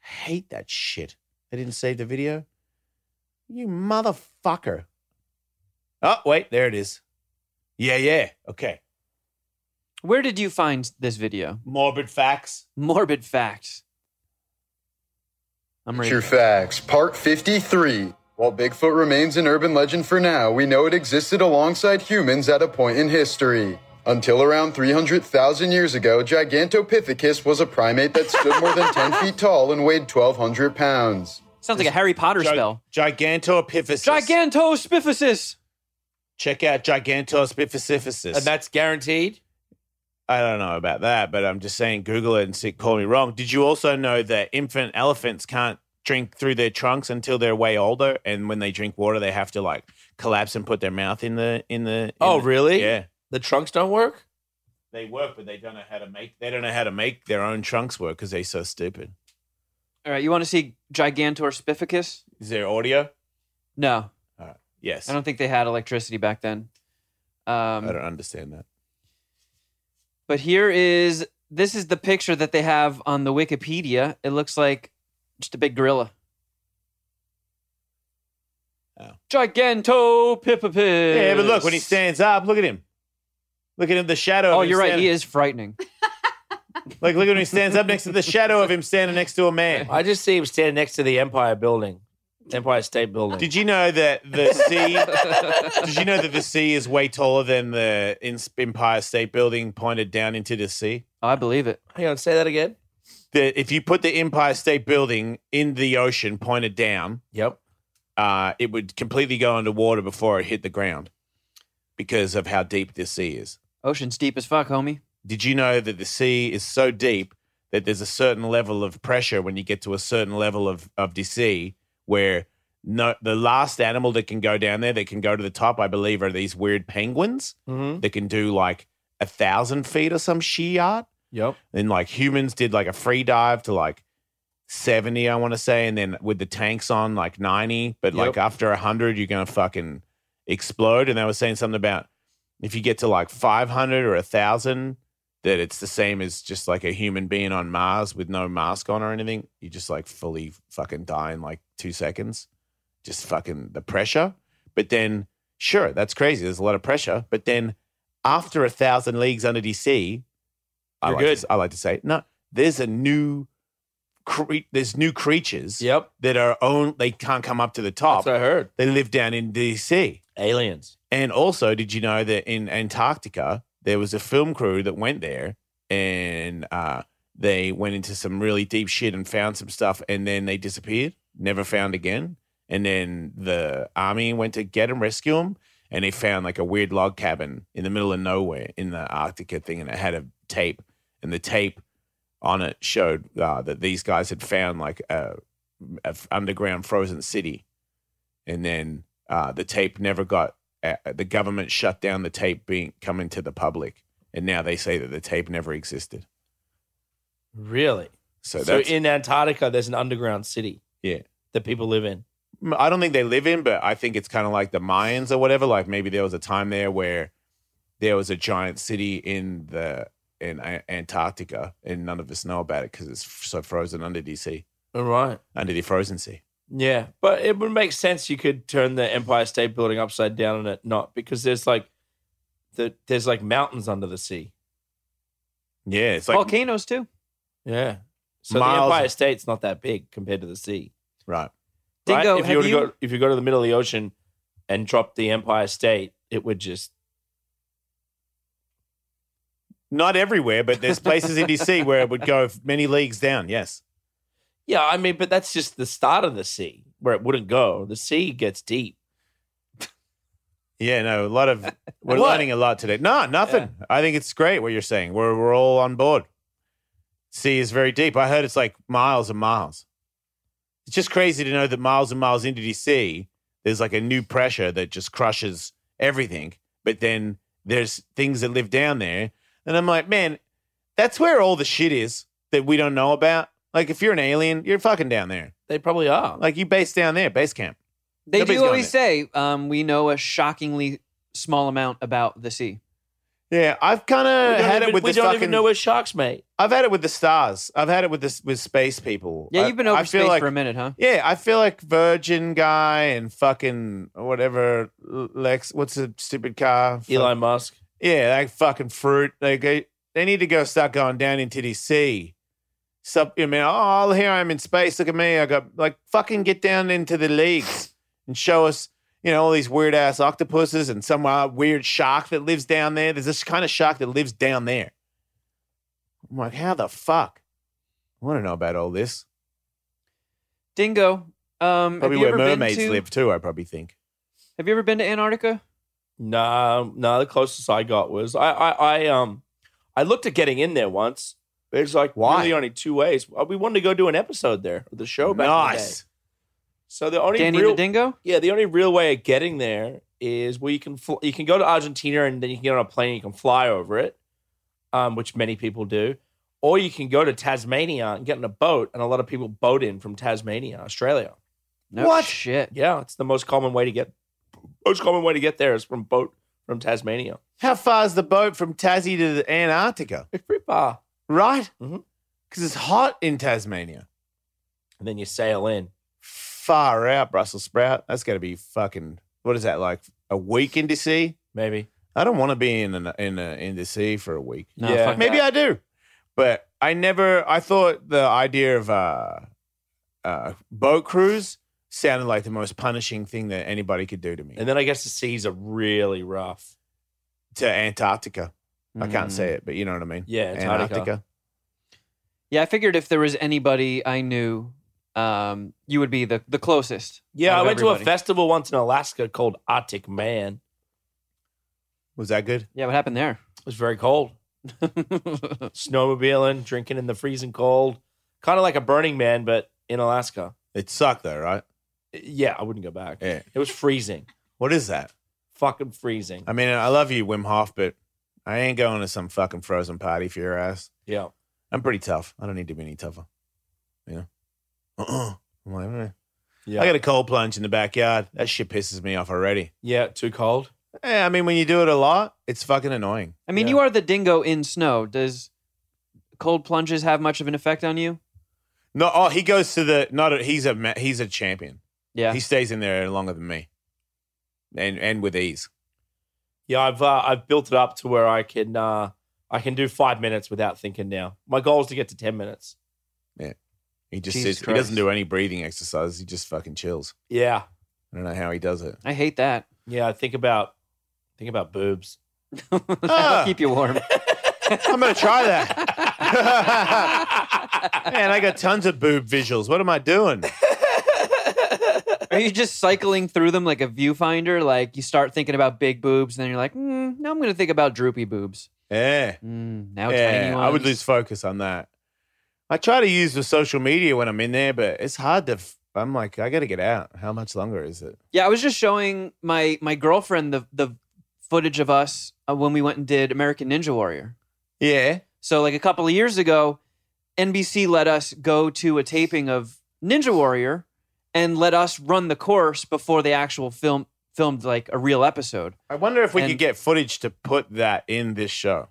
[SPEAKER 1] Hate that shit. I didn't save the video. You motherfucker. Oh, wait, there it is. Yeah, yeah. Okay.
[SPEAKER 4] Where did you find this video?
[SPEAKER 1] Morbid facts.
[SPEAKER 4] Morbid facts. I'm ready.
[SPEAKER 6] True facts. Part 53. While Bigfoot remains an urban legend for now, we know it existed alongside humans at a point in history. Until around 300,000 years ago, Gigantopithecus was a primate that stood more than 10 <laughs> feet tall and weighed 1,200 pounds.
[SPEAKER 4] Sounds like a Harry Potter
[SPEAKER 1] Gi-
[SPEAKER 4] spell.
[SPEAKER 1] Gigantoepiphysis.
[SPEAKER 4] Gigantospiphysis.
[SPEAKER 1] Check out Gigantospiphysis.
[SPEAKER 3] And that's guaranteed.
[SPEAKER 1] I don't know about that, but I'm just saying Google it and see, call me wrong. Did you also know that infant elephants can't drink through their trunks until they're way older, and when they drink water, they have to like collapse and put their mouth in the in the. in
[SPEAKER 3] Oh,
[SPEAKER 1] the-
[SPEAKER 3] really?
[SPEAKER 1] Yeah,
[SPEAKER 3] The trunks don't work.
[SPEAKER 1] they work, but they don't know how to make. They don't know how to make their own trunks work because they're so stupid.
[SPEAKER 4] All right, you want to see Gigantorspificus?
[SPEAKER 1] Is there audio?
[SPEAKER 4] No,
[SPEAKER 1] Yes.
[SPEAKER 4] I don't think they had electricity back then.
[SPEAKER 1] I don't
[SPEAKER 4] Um,
[SPEAKER 1] understand that.
[SPEAKER 4] but here is this is the picture that they have on the Wikipedia. It looks like just a big gorilla.
[SPEAKER 1] Oh.
[SPEAKER 4] Gigantopithecus.
[SPEAKER 1] Yeah, but look when he stands up. Look at him. Look at him. The shadow.
[SPEAKER 4] Oh,
[SPEAKER 1] of him
[SPEAKER 4] you're right.
[SPEAKER 1] standing-
[SPEAKER 4] He is frightening.
[SPEAKER 1] Like look at when he stands up next to the shadow of him standing next to a
[SPEAKER 4] <laughs>
[SPEAKER 1] man.
[SPEAKER 3] I just see him standing next to the Empire Building, Empire State Building.
[SPEAKER 1] Did you know that the sea? <laughs> Did you know that the sea is way taller than the in- Empire State Building pointed down into the sea?
[SPEAKER 4] I believe it.
[SPEAKER 3] Hang on, say that again.
[SPEAKER 1] That if you put the Empire State Building in the ocean pointed down,
[SPEAKER 3] Yep.
[SPEAKER 1] uh, it would completely go underwater before it hit the ground because of how deep this sea is.
[SPEAKER 4] Ocean's deep as fuck, homie.
[SPEAKER 1] Did you know that the sea is so deep that there's a certain level of pressure when you get to a certain level of, of the sea where no, the last animal that can go down there, that can go to the top, I believe, are these weird penguins.
[SPEAKER 3] Mm-hmm.
[SPEAKER 1] that can do like a thousand feet or some shit yacht.
[SPEAKER 3] Yep.
[SPEAKER 1] And like humans did like a free dive to like 70, I want to say. And then with the tanks on like 90, but like after 100, you're going to fucking explode. And they were saying something about if you get to like 500 or a 1,000, that it's the same as just like a human being on Mars with no mask on or anything. You just like fully fucking die in like two seconds. Just fucking the pressure. But then, sure, that's crazy. There's a lot of pressure. But then after a thousand leagues under the sea, I
[SPEAKER 3] You're
[SPEAKER 1] like, to-
[SPEAKER 3] good.
[SPEAKER 1] I like to say, no, there's a new, cre- there's new creatures
[SPEAKER 3] Yep.
[SPEAKER 1] that are own. They can't come up to the top.
[SPEAKER 3] That's what I heard.
[SPEAKER 1] They live down in DC.
[SPEAKER 3] Aliens.
[SPEAKER 1] And also, did you know that in Antarctica there was a film crew that went there and uh, they went into some really deep shit and found some stuff, and then they disappeared, never found again. And then the army went to get and rescue them, and they found like a weird log cabin in the middle of nowhere in the Arctica thing, and it had a tape, and the tape on it showed uh, that these guys had found like a, a f- underground frozen city, and then uh, the tape never got uh, the government shut down the tape being coming to the public, and now they say that the tape never existed.
[SPEAKER 3] Really?
[SPEAKER 1] So,
[SPEAKER 3] So,
[SPEAKER 1] that's
[SPEAKER 3] in Antarctica, there's an underground city.
[SPEAKER 1] Yeah.
[SPEAKER 3] That people live in.
[SPEAKER 1] I don't think they live in, but I think it's kind of like the Mayans or whatever. Like maybe there was a time there where there was a giant city in the in A- Antarctica, and none of us know about it because it's f- so frozen under DC,
[SPEAKER 3] All right.
[SPEAKER 1] under the frozen sea.
[SPEAKER 3] Yeah, but it would make sense you could turn the Empire State Building upside down and it not because there's like the there's like mountains under the sea.
[SPEAKER 1] Yeah, it's like
[SPEAKER 4] Volcanoes too.
[SPEAKER 3] Yeah. So
[SPEAKER 1] Miles-
[SPEAKER 3] the Empire State's not that big compared to the sea.
[SPEAKER 1] right.
[SPEAKER 3] Right?
[SPEAKER 4] Dingo,
[SPEAKER 3] if
[SPEAKER 4] have
[SPEAKER 3] you were to
[SPEAKER 4] you-
[SPEAKER 3] go if you go to the middle of the ocean and drop the Empire State, it would just
[SPEAKER 1] Not everywhere, but there's places in DC where it would go many leagues down. Yes.
[SPEAKER 3] Yeah, I mean, but that's just the start of the sea where it wouldn't go. The sea gets deep.
[SPEAKER 1] Yeah, no, a lot
[SPEAKER 3] <laughs>
[SPEAKER 1] of we're
[SPEAKER 3] What?
[SPEAKER 1] learning a lot today. No, nothing. I think it's great what you're saying. We're we're all on board. Sea is very deep. I heard it's like miles and miles. It's just crazy to know that miles and miles into DC, there's like a new pressure that just crushes everything. But then there's things that live down there, and I'm like, man, that's where all the shit is that we don't know about. Like, if you're an alien, you're fucking down there.
[SPEAKER 3] They probably are.
[SPEAKER 1] Like, you base down there, base camp.
[SPEAKER 4] They
[SPEAKER 1] Nobody's
[SPEAKER 4] do
[SPEAKER 1] going
[SPEAKER 4] always say um, we know a shockingly small amount about the sea.
[SPEAKER 1] Yeah, I've kind
[SPEAKER 3] we
[SPEAKER 1] of
[SPEAKER 3] don't,
[SPEAKER 1] had
[SPEAKER 3] even,
[SPEAKER 1] it with
[SPEAKER 3] we
[SPEAKER 1] this
[SPEAKER 3] don't
[SPEAKER 1] fucking.
[SPEAKER 3] even know where sharks mate.
[SPEAKER 1] I've had it with the stars. I've had it with this with space people.
[SPEAKER 4] Yeah,
[SPEAKER 1] I-
[SPEAKER 4] you've been over
[SPEAKER 1] I feel
[SPEAKER 4] space
[SPEAKER 1] like,
[SPEAKER 4] for a minute, huh?
[SPEAKER 1] Yeah, I feel like Virgin guy and fucking whatever Lex. What's a stupid car? Fuck-
[SPEAKER 3] Elon Musk.
[SPEAKER 1] Yeah, like fucking fruit. Like they, they need to go start going down into the sea. Sub. I mean, oh, here I am in space. Look at me. I got like fucking get down into the leagues and show us. You know all these weird ass octopuses and some uh, weird shark that lives down there. There's this kind of shark that lives down there. I'm like, how the fuck? I want to know about all this.
[SPEAKER 4] Dingo, um, have
[SPEAKER 1] Probably
[SPEAKER 4] you
[SPEAKER 1] where
[SPEAKER 4] ever been
[SPEAKER 1] mermaids
[SPEAKER 4] to?
[SPEAKER 1] live too. I probably think.
[SPEAKER 4] Have you ever been to Antarctica?
[SPEAKER 3] No, no. The closest I got was I, I, I, um, I looked at getting in there once. There's like
[SPEAKER 1] Why?
[SPEAKER 3] really only two ways. Uh, We wanted to go do an episode there, of the show back in the day.
[SPEAKER 1] nice.
[SPEAKER 3] So the only
[SPEAKER 4] Danny
[SPEAKER 3] real,
[SPEAKER 4] the Dingo?
[SPEAKER 3] yeah, the only real way of getting there is where you can fl- you can go to Argentina and then you can get on a plane. You can fly over it, um, which many people do, or you can go to Tasmania and get in a boat, and a lot of people boat in from Tasmania, Australia.
[SPEAKER 4] No
[SPEAKER 1] What?
[SPEAKER 4] shit.
[SPEAKER 3] Yeah, it's the most common way to get most common way to get there is from boat from Tasmania.
[SPEAKER 1] How far is the boat from Tassie to the Antarctica?
[SPEAKER 3] It's pretty far.
[SPEAKER 1] Right? Because
[SPEAKER 3] Mhm.
[SPEAKER 1] it's hot in Tasmania.
[SPEAKER 3] and then you sail in.
[SPEAKER 1] Far out, Brussels sprout. That's got to be fucking. What is that like? A week in DC?
[SPEAKER 3] Maybe
[SPEAKER 1] I don't want to be in an, in a, in DC for a week.
[SPEAKER 4] No,
[SPEAKER 3] Yeah.
[SPEAKER 4] fuck
[SPEAKER 1] Maybe
[SPEAKER 4] that.
[SPEAKER 1] I do, but I never. I thought the idea of uh, uh, boat cruise sounded like the most punishing thing that anybody could do to me.
[SPEAKER 3] and then I guess the seas are really rough.
[SPEAKER 1] to Antarctica. I can't
[SPEAKER 4] Mm.
[SPEAKER 1] say it, but you know what I mean.
[SPEAKER 3] Yeah, Antarctica.
[SPEAKER 4] Yeah, I figured if there was anybody I knew, um, you would be the, the closest.
[SPEAKER 3] Yeah,
[SPEAKER 4] out
[SPEAKER 3] I
[SPEAKER 4] of
[SPEAKER 3] went to a
[SPEAKER 4] everybody.
[SPEAKER 3] festival once in Alaska called Arctic Man.
[SPEAKER 1] Was that good?
[SPEAKER 4] Yeah, what happened there? <laughs>
[SPEAKER 3] It was very cold. Snowmobiling, drinking in the freezing cold, kind of like a Burning Man, but in Alaska.
[SPEAKER 1] It sucked though, right?
[SPEAKER 3] Yeah, I wouldn't go back.
[SPEAKER 1] Yeah.
[SPEAKER 3] It was freezing,
[SPEAKER 1] What is that?
[SPEAKER 3] fucking freezing.
[SPEAKER 1] I mean, I love you, Wim Hof, but I ain't going to some fucking frozen party for your ass.
[SPEAKER 3] Yeah,
[SPEAKER 1] I'm pretty tough. I don't need to be any tougher. You know? Uh-uh. <clears throat> I'm like, eh.
[SPEAKER 3] yeah,
[SPEAKER 1] I got a cold plunge in the backyard. That shit pisses me off already.
[SPEAKER 3] yeah. Too cold.
[SPEAKER 1] Eh, I mean, when you do it a lot, it's fucking annoying.
[SPEAKER 4] I mean,
[SPEAKER 3] Yeah.
[SPEAKER 4] you are the dingo in snow. Does cold plunges have much of an effect on you?
[SPEAKER 1] No, oh, he goes to the not. A, he's a ma- he's a champion.
[SPEAKER 4] Yeah.
[SPEAKER 1] He stays in there longer than me, and and with ease.
[SPEAKER 3] Yeah, I've uh, I've built it up to where I can uh, I can do five minutes without thinking now. My goal is to get to ten minutes.
[SPEAKER 1] He just
[SPEAKER 4] Jesus
[SPEAKER 1] sits. He doesn't
[SPEAKER 4] Christ.
[SPEAKER 1] do any breathing exercises. He just fucking chills.
[SPEAKER 3] Yeah,
[SPEAKER 1] I don't know how he does it.
[SPEAKER 4] I hate that. <laughs>
[SPEAKER 3] Yeah, think about think about boobs.
[SPEAKER 4] That'll
[SPEAKER 1] Ah.
[SPEAKER 4] keep you warm.
[SPEAKER 1] I'm gonna try that. <laughs> Man, I got tons of boob visuals. What am I doing?
[SPEAKER 4] Are you just cycling through them like a viewfinder? Like you start thinking about big boobs, and then you're like, mm, now I'm going to think about droopy boobs.
[SPEAKER 1] Yeah,
[SPEAKER 4] Mm, now tiny
[SPEAKER 1] yeah.
[SPEAKER 4] ones.
[SPEAKER 1] Eh, I would lose focus on that. I try to use the social media when I'm in there, but it's hard to. F- I'm like, I gotta get out. How much longer is it?
[SPEAKER 4] Yeah, I was just showing my my girlfriend the the footage of us uh, when we went and did American Ninja Warrior.
[SPEAKER 1] Yeah.
[SPEAKER 4] So like a couple of years ago, NBC let us go to a taping of Ninja Warrior and let us run the course before the actual film filmed like a real episode.
[SPEAKER 1] I wonder if we
[SPEAKER 4] And-
[SPEAKER 1] could get footage to put that in this show.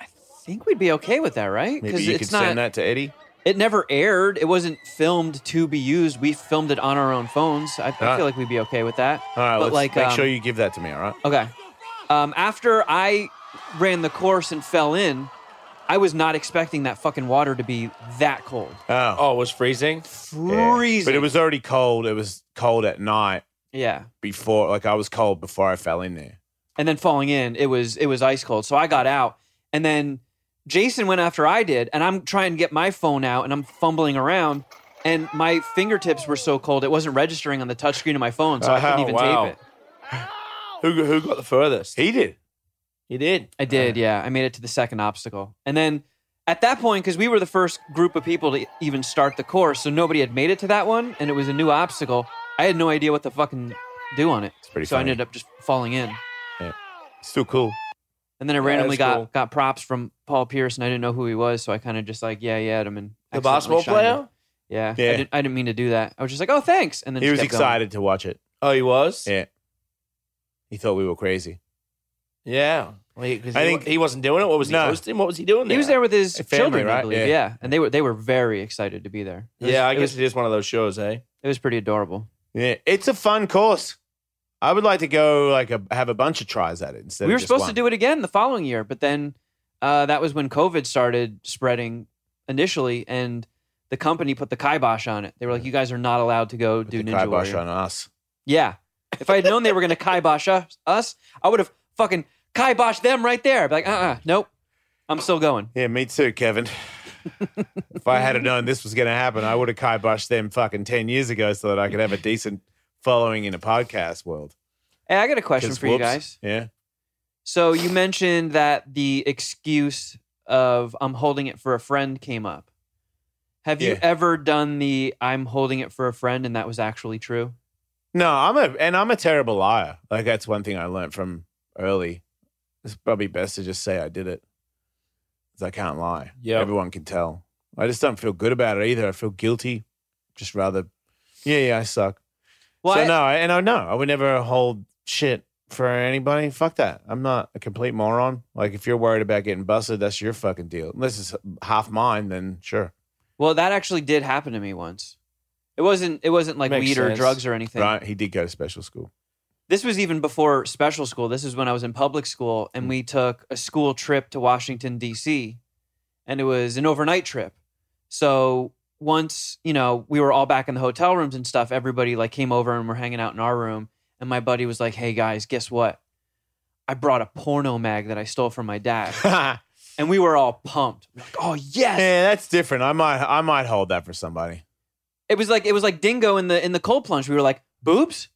[SPEAKER 4] I think we'd be okay with that, right?
[SPEAKER 1] Maybe you could
[SPEAKER 4] it's not
[SPEAKER 1] send that to Eddie.
[SPEAKER 4] It never aired. It wasn't filmed to be used. We filmed it on our own phones. I, I
[SPEAKER 1] right.
[SPEAKER 4] feel like we'd be okay with that.
[SPEAKER 1] All right,
[SPEAKER 4] but
[SPEAKER 1] let's
[SPEAKER 4] like,
[SPEAKER 1] make
[SPEAKER 4] um,
[SPEAKER 1] sure you give that to me. All right.
[SPEAKER 4] Okay. Um, after I ran the course and fell in, I was not expecting that fucking water to be that cold.
[SPEAKER 1] Oh,
[SPEAKER 3] Oh, it was freezing.
[SPEAKER 1] yeah.
[SPEAKER 4] Freezing.
[SPEAKER 1] But it was already cold. It was cold at night
[SPEAKER 4] yeah.
[SPEAKER 1] before. Like I was cold before I fell in there.
[SPEAKER 4] and then falling in it was it was ice cold so i got out and then jason went after i did and i'm trying to get my phone out and i'm fumbling around and my fingertips were so cold it wasn't registering on the touchscreen of my phone so i
[SPEAKER 1] <laughs>
[SPEAKER 4] couldn't
[SPEAKER 3] Oh,
[SPEAKER 4] even
[SPEAKER 3] wow.
[SPEAKER 4] tape it
[SPEAKER 3] Who who got the furthest?
[SPEAKER 1] He did.
[SPEAKER 3] He did.
[SPEAKER 4] i did yeah i made it to the second obstacle and then at that point because we were the first group of people to even start the course so nobody had made it to that one and it was a new obstacle i had no idea what to fucking do on it
[SPEAKER 1] pretty
[SPEAKER 4] so i
[SPEAKER 1] funny.
[SPEAKER 4] ended up just falling in
[SPEAKER 1] Still cool.
[SPEAKER 4] And then I randomly got,
[SPEAKER 3] cool.
[SPEAKER 4] got props from Paul Pierce, and I didn't know who he was, so I kind of just like, yeah, yeah, him. And
[SPEAKER 3] The
[SPEAKER 4] accidentally
[SPEAKER 3] basketball
[SPEAKER 4] shined
[SPEAKER 3] player?
[SPEAKER 4] him. Yeah,
[SPEAKER 1] Yeah.
[SPEAKER 4] I, didn't, I didn't mean to do that. I was just like, oh, thanks. And then
[SPEAKER 1] He
[SPEAKER 4] just
[SPEAKER 1] was
[SPEAKER 4] kept going.
[SPEAKER 1] excited to watch it.
[SPEAKER 3] Oh, he was.
[SPEAKER 1] Yeah. He thought we were crazy.
[SPEAKER 3] Yeah. Well, he, 'cause
[SPEAKER 1] I
[SPEAKER 3] he
[SPEAKER 1] think-
[SPEAKER 3] wa- he wasn't doing it. What was he
[SPEAKER 1] No.
[SPEAKER 3] hosting? What was he doing?
[SPEAKER 4] He was there with his
[SPEAKER 1] Family,
[SPEAKER 4] children, I
[SPEAKER 1] right?
[SPEAKER 4] believe.
[SPEAKER 1] Yeah.
[SPEAKER 4] Yeah. and they were they were very excited to be there. It was-
[SPEAKER 3] Yeah, I
[SPEAKER 4] it
[SPEAKER 3] guess
[SPEAKER 4] was,
[SPEAKER 3] it is one of those shows, eh?
[SPEAKER 4] it was pretty adorable.
[SPEAKER 1] Yeah, it's a fun course. I would like to go like a, have a bunch of tries at it instead.
[SPEAKER 4] we were supposed to do it again the following year, but then uh, that was when COVID started spreading initially, and the company put the kibosh on it. They were like, you guys are not allowed to go do
[SPEAKER 1] the
[SPEAKER 4] Ninja
[SPEAKER 1] kibosh
[SPEAKER 4] Warrior.
[SPEAKER 1] on us.
[SPEAKER 4] Yeah. If I had known they were
[SPEAKER 1] <laughs>
[SPEAKER 4] going to kibosh us, us, I would have fucking kibosh them right there. Be like, uh uh nope. I'm still going.
[SPEAKER 1] Yeah, me too,
[SPEAKER 4] <laughs>
[SPEAKER 1] Kevin. if I had known this was going to happen, I would have kiboshed them fucking ten years ago so that I could have a decent following in a podcast world.
[SPEAKER 4] Hey, I got a question
[SPEAKER 1] 'Cause
[SPEAKER 4] for you
[SPEAKER 1] whoops.
[SPEAKER 4] guys.
[SPEAKER 1] Yeah.
[SPEAKER 4] So you mentioned that the excuse of I'm holding it for a friend came up. Have you
[SPEAKER 1] Yeah.
[SPEAKER 4] ever done the I'm holding it for a friend and that was actually true?
[SPEAKER 1] No, I'm a and I'm a terrible liar. Like that's one thing I learned from early. It's probably best to just say I did it. 'Cause I can't lie.
[SPEAKER 3] Yeah.
[SPEAKER 1] Everyone can tell. I just don't feel good about it either. I feel guilty. Just rather Yeah, yeah, I suck.
[SPEAKER 4] Well,
[SPEAKER 1] so
[SPEAKER 4] I-
[SPEAKER 1] no, I, and I know I would never hold shit for anybody. Fuck that. I'm not a complete moron. Like if you're worried about getting busted, that's your fucking deal. Unless it's half mine, then sure.
[SPEAKER 4] well, that actually did happen to me once. It wasn't it wasn't like
[SPEAKER 3] Makes
[SPEAKER 4] weed or
[SPEAKER 3] sense.
[SPEAKER 4] drugs or anything.
[SPEAKER 1] Right? He did go to special school.
[SPEAKER 4] <laughs> this was even before special school. This is when I was in public school, and we took a school trip to Washington D.C., and it was an overnight trip. So once you know we were all back in the hotel rooms and stuff, everybody like came over and we're hanging out in our room. And my buddy was like, "Hey guys, guess what? I brought a porno mag that I stole from
[SPEAKER 1] <laughs>
[SPEAKER 4] my dad."
[SPEAKER 1] yeah,
[SPEAKER 4] and we were all pumped. We're like, oh yes!
[SPEAKER 1] that's different. I might I might hold that for somebody.
[SPEAKER 4] It was like it was like Dingo in the in the cold plunge. We were like, "Boobs?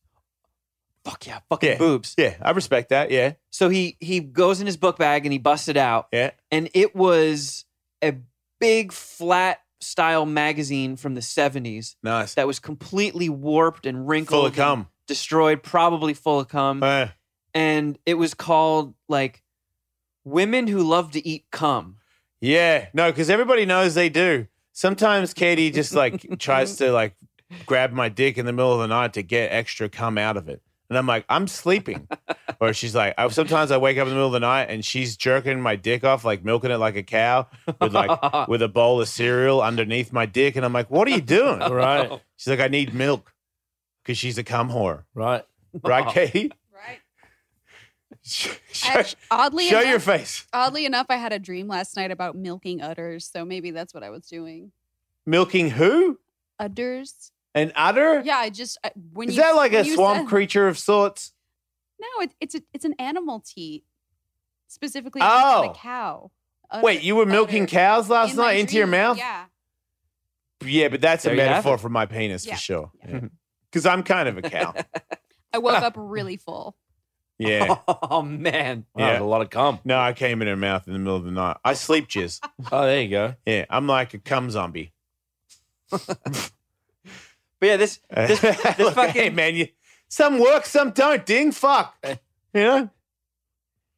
[SPEAKER 4] Fuck yeah, fucking
[SPEAKER 1] Yeah.
[SPEAKER 4] boobs!"
[SPEAKER 1] Yeah, I respect that. Yeah.
[SPEAKER 4] So he he goes in his book bag and he busts it out.
[SPEAKER 1] Yeah.
[SPEAKER 4] And it was a big flat style magazine from the 70s
[SPEAKER 1] Nice.
[SPEAKER 4] that was completely warped and wrinkled,
[SPEAKER 1] Full of
[SPEAKER 4] and
[SPEAKER 1] cum.
[SPEAKER 4] destroyed, probably full of cum.
[SPEAKER 1] Uh,
[SPEAKER 4] and it was called like Women Who Love to Eat Cum.
[SPEAKER 1] yeah. No, because everybody knows they do. Sometimes Katie just like tries to like grab my dick in the middle of the night to get extra cum out of it. And I'm like, I'm sleeping. or she's like, I, sometimes I wake up in the middle of the night and she's jerking my dick off, like milking it like a cow with
[SPEAKER 4] <laughs>
[SPEAKER 1] like with a bowl of cereal underneath my dick. And I'm like, what are you doing?
[SPEAKER 3] Right.
[SPEAKER 1] She's like, I need milk because she's a cum whore.
[SPEAKER 3] Right.
[SPEAKER 1] Right, Katie? <laughs>
[SPEAKER 7] Right.
[SPEAKER 1] Show,
[SPEAKER 7] I- oddly
[SPEAKER 1] show
[SPEAKER 7] enough,
[SPEAKER 1] your face.
[SPEAKER 7] oddly enough, I had a dream last night about milking udders, so maybe that's what I was doing.
[SPEAKER 1] Milking who?
[SPEAKER 7] Udders.
[SPEAKER 1] An udder?
[SPEAKER 7] Yeah, I just I, when
[SPEAKER 1] Is
[SPEAKER 7] you
[SPEAKER 1] that like a
[SPEAKER 7] when you
[SPEAKER 1] swamp
[SPEAKER 7] said-
[SPEAKER 1] creature of sorts?
[SPEAKER 7] No, it, it's a, it's an animal teat, specifically
[SPEAKER 1] Oh.
[SPEAKER 7] for the cow.
[SPEAKER 1] Wait, you were milking
[SPEAKER 7] utter.
[SPEAKER 1] cows last
[SPEAKER 7] In my
[SPEAKER 1] night into your
[SPEAKER 7] dream,
[SPEAKER 1] mouth?
[SPEAKER 7] Yeah.
[SPEAKER 1] Yeah, but that's
[SPEAKER 4] There
[SPEAKER 1] a
[SPEAKER 4] you have
[SPEAKER 1] metaphor for my penis
[SPEAKER 7] Yeah. <laughs>
[SPEAKER 1] for sure.
[SPEAKER 4] Yeah.
[SPEAKER 1] Because I'm kind of a cow.
[SPEAKER 7] I
[SPEAKER 1] <laughs>
[SPEAKER 7] woke up really full.
[SPEAKER 1] yeah.
[SPEAKER 4] Oh man.
[SPEAKER 3] Wow,
[SPEAKER 1] Yeah.
[SPEAKER 3] there's a lot of cum.
[SPEAKER 1] No, I came in her mouth in the middle of the night. I sleep jizz.
[SPEAKER 3] Oh, there you go.
[SPEAKER 1] Yeah, I'm like a cum zombie.
[SPEAKER 4] But yeah, this
[SPEAKER 1] <laughs>
[SPEAKER 4] this, this
[SPEAKER 1] Look, hey,
[SPEAKER 4] fucking
[SPEAKER 1] man, you, some work, some don't. Ding, fuck.
[SPEAKER 4] Eh.
[SPEAKER 1] You know?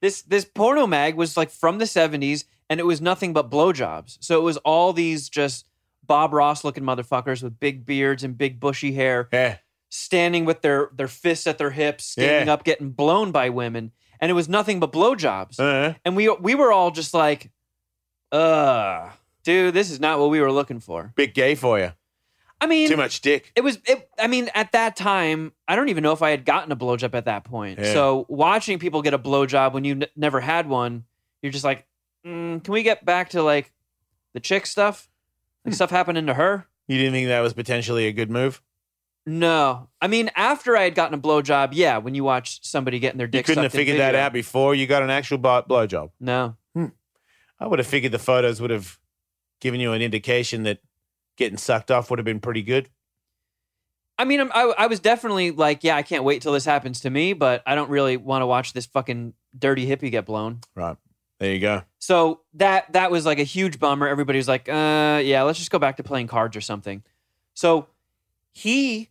[SPEAKER 4] this this porno mag was like from the 70s and it was nothing but blowjobs. So it was all these just Bob Ross looking motherfuckers with big beards and big bushy hair
[SPEAKER 1] Yeah.
[SPEAKER 4] standing with their their fists at their hips, standing
[SPEAKER 1] Yeah.
[SPEAKER 4] up getting blown by women and it was nothing but blowjobs.
[SPEAKER 1] Uh,
[SPEAKER 4] And we we were all just like uh dude, this is not what we were looking for.
[SPEAKER 1] Bit gay for you.
[SPEAKER 4] I mean,
[SPEAKER 1] Too much dick.
[SPEAKER 4] It was. It, I mean, at that time, I don't even know if I had gotten a blowjob at that point.
[SPEAKER 1] Yeah.
[SPEAKER 4] So watching people get a blowjob when you n- never had one, you're just like, mm, can we get back to like the chick stuff?
[SPEAKER 1] Hmm.
[SPEAKER 4] Like stuff happening to her?
[SPEAKER 1] You didn't think that was potentially a good move?
[SPEAKER 4] No. I mean, after I had gotten a blowjob, yeah. When you watch somebody getting their
[SPEAKER 1] You
[SPEAKER 4] dick,
[SPEAKER 1] couldn't have
[SPEAKER 4] sucked in
[SPEAKER 1] figured that
[SPEAKER 4] video.
[SPEAKER 1] out before you got an actual blow- blowjob.
[SPEAKER 4] No.
[SPEAKER 1] I would have figured the photos would have given you an indication that getting sucked off would have been pretty good.
[SPEAKER 4] I mean, I'm, I, I was definitely like, yeah, I can't wait till this happens to me, but I don't really want to watch this fucking dirty hippie get blown.
[SPEAKER 1] There you go.
[SPEAKER 4] So that that was like a huge bummer. Everybody was like, uh, yeah, let's just go back to playing cards or something. So he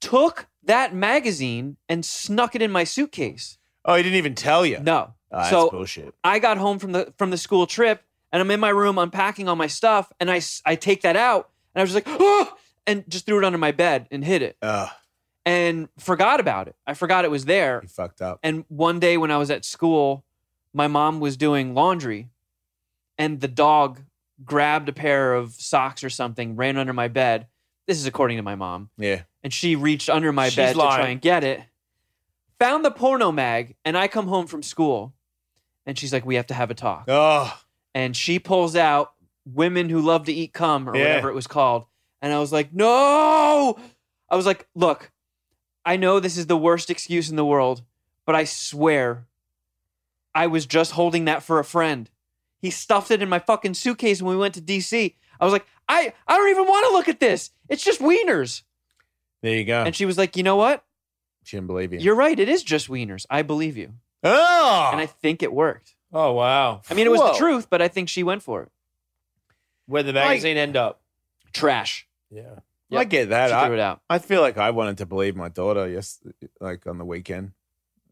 [SPEAKER 4] took that magazine and snuck it in my suitcase.
[SPEAKER 1] Oh, he didn't even tell you.
[SPEAKER 4] No.
[SPEAKER 1] Oh, that's
[SPEAKER 4] so
[SPEAKER 1] bullshit.
[SPEAKER 4] I got home from the from the school trip and I'm in my room unpacking all my stuff and I, s- I take that out and I was just like, <gasps> oh, and just threw it under my bed and hid it
[SPEAKER 1] Ugh,
[SPEAKER 4] and forgot about it. I forgot it was there.
[SPEAKER 1] Ah, he fucked up.
[SPEAKER 4] And one day when I was at school, my mom was doing laundry and the dog grabbed a pair of socks or something, ran under my bed. This is according to my mom.
[SPEAKER 1] Yeah.
[SPEAKER 4] And she reached under my
[SPEAKER 3] She's
[SPEAKER 4] bed to try
[SPEAKER 3] lying.
[SPEAKER 4] and get it. Found the porno mag and I come home from school and she's like, We have to have a talk.
[SPEAKER 1] Oh,
[SPEAKER 4] And she pulls out Women Who Love to Eat Cum or
[SPEAKER 1] Yeah.
[SPEAKER 4] whatever it was called. And I was like, No. I was like, Look, I know this is the worst excuse in the world, but I swear I was just holding that for a friend. He stuffed it in my fucking suitcase when we went to DC. I was like, I, I don't even want to look at this. It's just wieners.
[SPEAKER 1] there you go.
[SPEAKER 4] And she was like, you know what?
[SPEAKER 1] She didn't believe you.
[SPEAKER 4] You're right. It is just wieners. I believe you.
[SPEAKER 1] oh,
[SPEAKER 4] And I think it worked.
[SPEAKER 3] Oh wow.
[SPEAKER 4] I mean, it was
[SPEAKER 1] Whoa.
[SPEAKER 4] the truth, but I think she went for it.
[SPEAKER 3] Where'd the magazine end up?
[SPEAKER 4] Trash.
[SPEAKER 3] Yeah.
[SPEAKER 4] Yep.
[SPEAKER 1] I get
[SPEAKER 4] She
[SPEAKER 1] that. I,
[SPEAKER 4] threw it out.
[SPEAKER 1] I feel like I wanted to believe my daughter, yes, like on the weekend.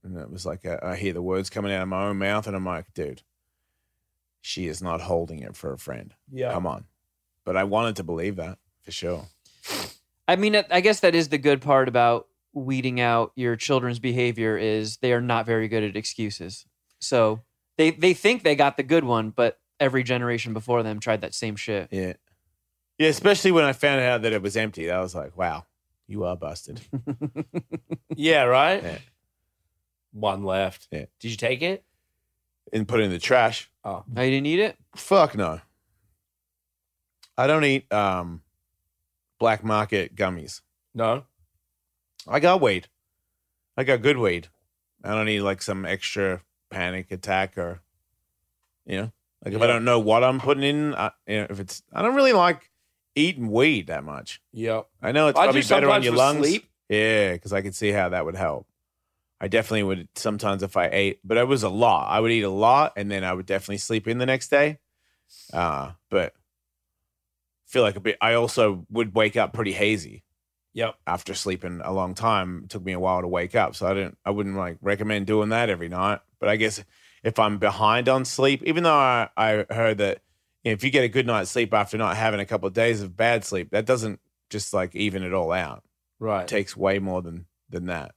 [SPEAKER 1] And it was like, I, I hear the words coming out of my own mouth, and I'm like, dude, she is not holding it for a friend.
[SPEAKER 3] Yeah.
[SPEAKER 1] Come on. But I wanted to believe that for sure.
[SPEAKER 4] I mean, I guess that is the good part about weeding out your children's behavior is they are not very good at excuses. So they they think they got the good one, but every generation before them tried that same shit.
[SPEAKER 1] Yeah. Yeah. Especially when I found out that it was empty. I was like, wow, you are busted.
[SPEAKER 3] Yeah. Right.
[SPEAKER 1] Yeah.
[SPEAKER 3] One left.
[SPEAKER 1] Yeah.
[SPEAKER 3] Did you take it?
[SPEAKER 1] and put it in the trash.
[SPEAKER 3] Oh.
[SPEAKER 4] Now you didn't eat it?
[SPEAKER 1] Fuck no. I don't eat um, black market gummies.
[SPEAKER 3] No.
[SPEAKER 1] I got weed. I got good weed. I don't need like some extra panic attack or, you know, like if I
[SPEAKER 3] Yeah.
[SPEAKER 1] don't know what I'm putting in, I, you know, if it's, I don't really like eating weed that much.
[SPEAKER 3] Yep.
[SPEAKER 1] I know it's
[SPEAKER 3] I do
[SPEAKER 1] probably better on
[SPEAKER 3] sometimes
[SPEAKER 1] your
[SPEAKER 3] with
[SPEAKER 1] lungs.
[SPEAKER 3] sleep.
[SPEAKER 1] Yeah, because I could see how that would help. I definitely would sometimes if I ate, but it was a lot. I would eat a lot and then I would definitely sleep in the next day. Uh, but feel like a bit, I also would wake up pretty hazy
[SPEAKER 3] Yep.
[SPEAKER 1] after sleeping a long time. It took me a while to wake up, so I didn't. I wouldn't like recommend doing that every night. But I guess if I'm behind on sleep, even though I, I heard that you know, if you get a good night's sleep after not having a couple of days of bad sleep, that doesn't just like even it all out. It
[SPEAKER 3] Right.
[SPEAKER 1] takes way more than than that.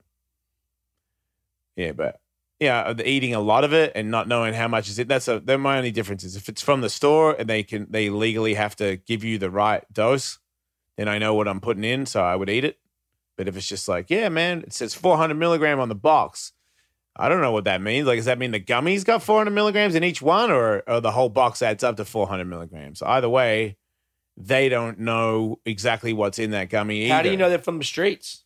[SPEAKER 1] Yeah, but yeah, the eating a lot of it and not knowing how much is it. That's a, they're my only differences. If it's from the store and they can they legally have to give you the right dose, then I know what I'm putting in, so I would eat it. But if it's just like, yeah, man, it says 400 milligram on the box. I don't know what that means. Like, does that mean the gummies got 400 milligrams in each one, or, or the whole box adds up to 400 milligrams? Either way, they don't know exactly what's in that gummy.
[SPEAKER 3] How do
[SPEAKER 1] either.
[SPEAKER 3] you know that from the streets?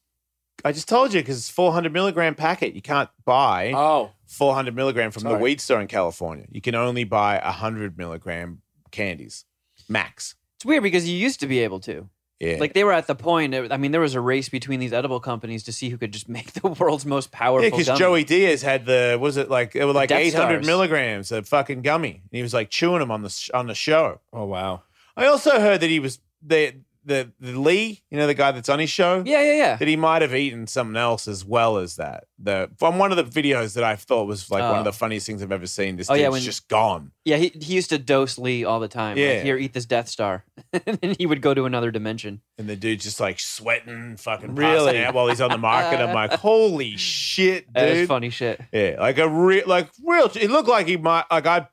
[SPEAKER 1] I just told you because it's 400 milligram packet. You can't buy
[SPEAKER 3] Oh.
[SPEAKER 1] 400 milligram from
[SPEAKER 3] Sorry.
[SPEAKER 1] the weed store in California. You can only buy 100 milligram candies, max.
[SPEAKER 4] It's weird because you used to be able to.
[SPEAKER 1] Yeah.
[SPEAKER 4] Like they were at the point. I mean, there was a race between these edible companies to see who could just <laughs> make the world's most powerful.
[SPEAKER 1] because
[SPEAKER 4] gummy.
[SPEAKER 1] Joey Diaz had the was it like it was like
[SPEAKER 4] Death
[SPEAKER 1] 800
[SPEAKER 4] Stars.
[SPEAKER 1] milligrams of fucking gummy, and he was like chewing them on the sh- on the show.
[SPEAKER 3] Oh wow.
[SPEAKER 1] I also heard that he was the the the Lee, you know, the guy that's on his show.
[SPEAKER 4] Yeah, yeah, yeah.
[SPEAKER 1] that he might have eaten something else as well as that. The from one of the videos that I thought was like one
[SPEAKER 4] Oh.
[SPEAKER 1] of the funniest things I've ever seen. This
[SPEAKER 4] Oh,
[SPEAKER 1] dude's
[SPEAKER 4] yeah, when-
[SPEAKER 1] just gone.
[SPEAKER 4] Yeah, he, he used to dose Lee all the time. Like,
[SPEAKER 1] Yeah.
[SPEAKER 4] Here, eat this Death Star. <laughs> and he would go to another dimension.
[SPEAKER 1] And the dude's just like sweating, fucking
[SPEAKER 3] Really?
[SPEAKER 1] really out while he's on the market. I'm
[SPEAKER 4] <laughs>
[SPEAKER 1] like, holy shit,
[SPEAKER 4] That is
[SPEAKER 1] dude.
[SPEAKER 4] funny shit.
[SPEAKER 1] Yeah, like a real, like real. It looked like he might, like I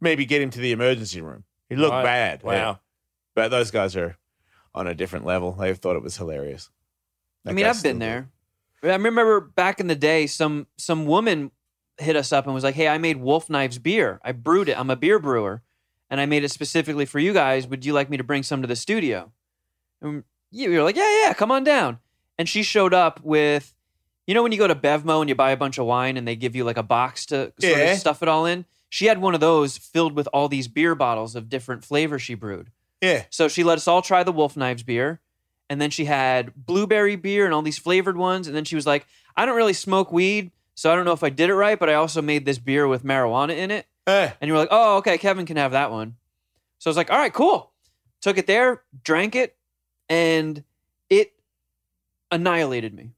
[SPEAKER 1] maybe get him to the emergency room. He looked
[SPEAKER 3] Right.
[SPEAKER 1] bad.
[SPEAKER 3] Wow.
[SPEAKER 1] yeah. But those guys are on a different level. They thought it was hilarious.
[SPEAKER 4] I
[SPEAKER 1] That
[SPEAKER 4] mean,
[SPEAKER 1] guy's
[SPEAKER 4] I've been
[SPEAKER 1] still-
[SPEAKER 4] there. I remember back in the day, some some woman hit us up and was like, "Hey, I made Wolf Knives beer. I brewed it. I'm a beer brewer, and I made it specifically for you guys. Would you like me to bring some to the studio?" And you we were like, "Yeah, yeah, come on down." And she showed up with, you know, when you go to Bevmo and you buy a bunch of wine and they give you like a box to
[SPEAKER 1] Yeah.
[SPEAKER 4] sort of stuff it all in. She had one of those filled with all these beer bottles of different flavors she brewed.
[SPEAKER 1] Yeah.
[SPEAKER 4] So she let us all try the Wolf Knives beer. And then she had blueberry beer and all these flavored ones. And then she was like, I don't really smoke weed. So I don't know if I did it right, but I also made this beer with marijuana in it.
[SPEAKER 1] Eh.
[SPEAKER 4] And you were like, oh, okay, Kevin can have that one. So I was like, all right, cool. Took it there, drank it, and it annihilated me.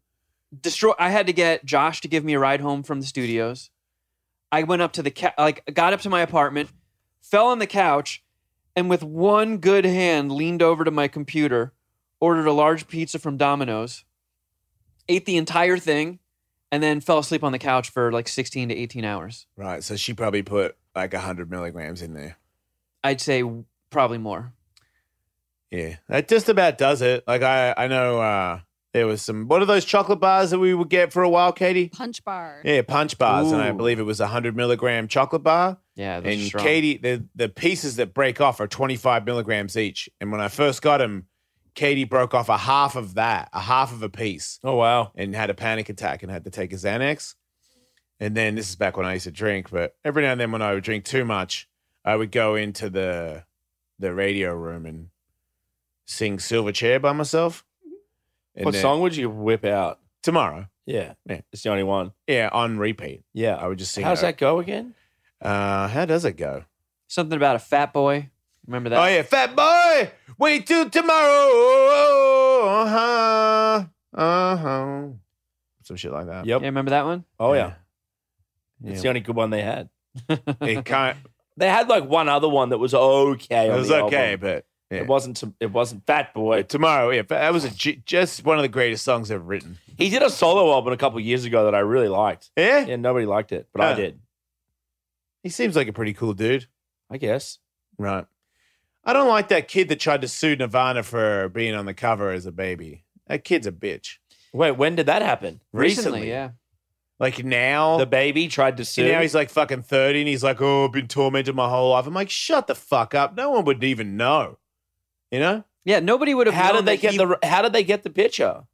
[SPEAKER 4] Destroy. I had to get Josh to give me a ride home from the studios. I went up to the ca- like got up to my apartment, fell on the couch, and with one good hand leaned over to my computer, ordered a large pizza from Domino's, ate the entire thing, and then fell asleep on the couch for like 16 to 18 hours.
[SPEAKER 1] Right. So she probably put like 100 milligrams in there.
[SPEAKER 4] I'd say probably more.
[SPEAKER 1] Yeah, that just about does it. Like I, I know uh there was some. What are those chocolate bars that we would get for a while, Katie?
[SPEAKER 7] Punch bar.
[SPEAKER 1] Yeah, punch bars, and I
[SPEAKER 4] Ooh.
[SPEAKER 1] believe it was a hundred milligram chocolate bar.
[SPEAKER 4] Yeah, those
[SPEAKER 1] And
[SPEAKER 4] are strong.
[SPEAKER 1] Katie, the the pieces that break off are twenty five milligrams each. And when I first got them, Katie broke off a half of that, a half of a piece,
[SPEAKER 3] Oh wow.
[SPEAKER 1] and had a panic attack and had to take a Xanax. And then this is back when I used to drink, but every now and then when I would drink too much, I would go into the the radio room and sing Silver Chair by myself. And
[SPEAKER 3] what
[SPEAKER 1] then-
[SPEAKER 3] song would you whip out?
[SPEAKER 1] Tomorrow.
[SPEAKER 3] Yeah.
[SPEAKER 1] Yeah.
[SPEAKER 3] It's the only one.
[SPEAKER 1] Yeah, on repeat.
[SPEAKER 3] Yeah.
[SPEAKER 1] I would just sing.
[SPEAKER 3] How's
[SPEAKER 1] it.
[SPEAKER 3] that go again?
[SPEAKER 1] Uh, how does it go?
[SPEAKER 4] Something about a fat boy. Remember that?
[SPEAKER 1] Oh yeah, fat boy, wait till tomorrow. Uh huh. Uh huh. Some shit like that.
[SPEAKER 3] Yep.
[SPEAKER 4] Yeah, remember that one?
[SPEAKER 3] Oh yeah.
[SPEAKER 1] Yeah.
[SPEAKER 3] It's the only good one they had.
[SPEAKER 1] It
[SPEAKER 3] <laughs>
[SPEAKER 1] kind.
[SPEAKER 3] They had like one other one that was okay.
[SPEAKER 1] It
[SPEAKER 3] on
[SPEAKER 1] was
[SPEAKER 3] the
[SPEAKER 1] okay,
[SPEAKER 3] album.
[SPEAKER 1] but yeah.
[SPEAKER 3] it wasn't. to- It wasn't Fat
[SPEAKER 1] But
[SPEAKER 3] Boy.
[SPEAKER 1] tomorrow. Yeah, but that was a, g- just one of the greatest songs ever written.
[SPEAKER 3] He did a solo album a couple years ago that I really liked.
[SPEAKER 1] Yeah?
[SPEAKER 3] Yeah, nobody liked it, but I
[SPEAKER 1] Huh.
[SPEAKER 3] did.
[SPEAKER 1] he seems like a pretty cool dude.
[SPEAKER 3] I guess.
[SPEAKER 1] Right. I don't like that kid that tried to sue Nirvana for being on the cover as a baby. That kid's a bitch.
[SPEAKER 3] Wait, when did that happen?
[SPEAKER 1] Recently.
[SPEAKER 4] yeah.
[SPEAKER 1] Like now,
[SPEAKER 3] The baby tried to
[SPEAKER 1] and
[SPEAKER 3] sue.
[SPEAKER 1] now he's like fucking thirty, and he's like, "Oh, I've been tormented my whole life." I'm like, "Shut the fuck up! No one would even know." You know?
[SPEAKER 4] Yeah, nobody would have.
[SPEAKER 3] how
[SPEAKER 4] known
[SPEAKER 3] did they
[SPEAKER 4] that
[SPEAKER 3] get
[SPEAKER 4] he-
[SPEAKER 3] the? How did they get the picture?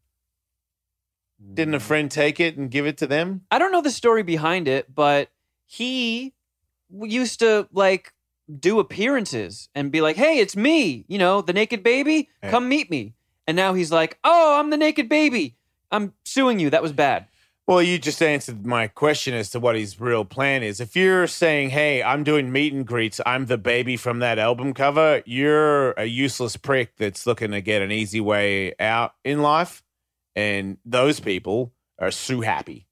[SPEAKER 1] Didn't a friend take it and give it to them?
[SPEAKER 4] I don't know the story behind it, but he w- used to like do appearances and be like, "Hey, it's me, you know, the naked baby.
[SPEAKER 1] Yeah.
[SPEAKER 4] Come meet me." And now he's like, "Oh, I'm the naked baby. I'm suing you. That was bad."
[SPEAKER 1] Well, you just answered my question as to what his real plan is. If you're saying, "Hey, I'm doing meet and greets. I'm the baby from that album cover," you're a useless prick that's looking to get an easy way out in life, and those people are so happy.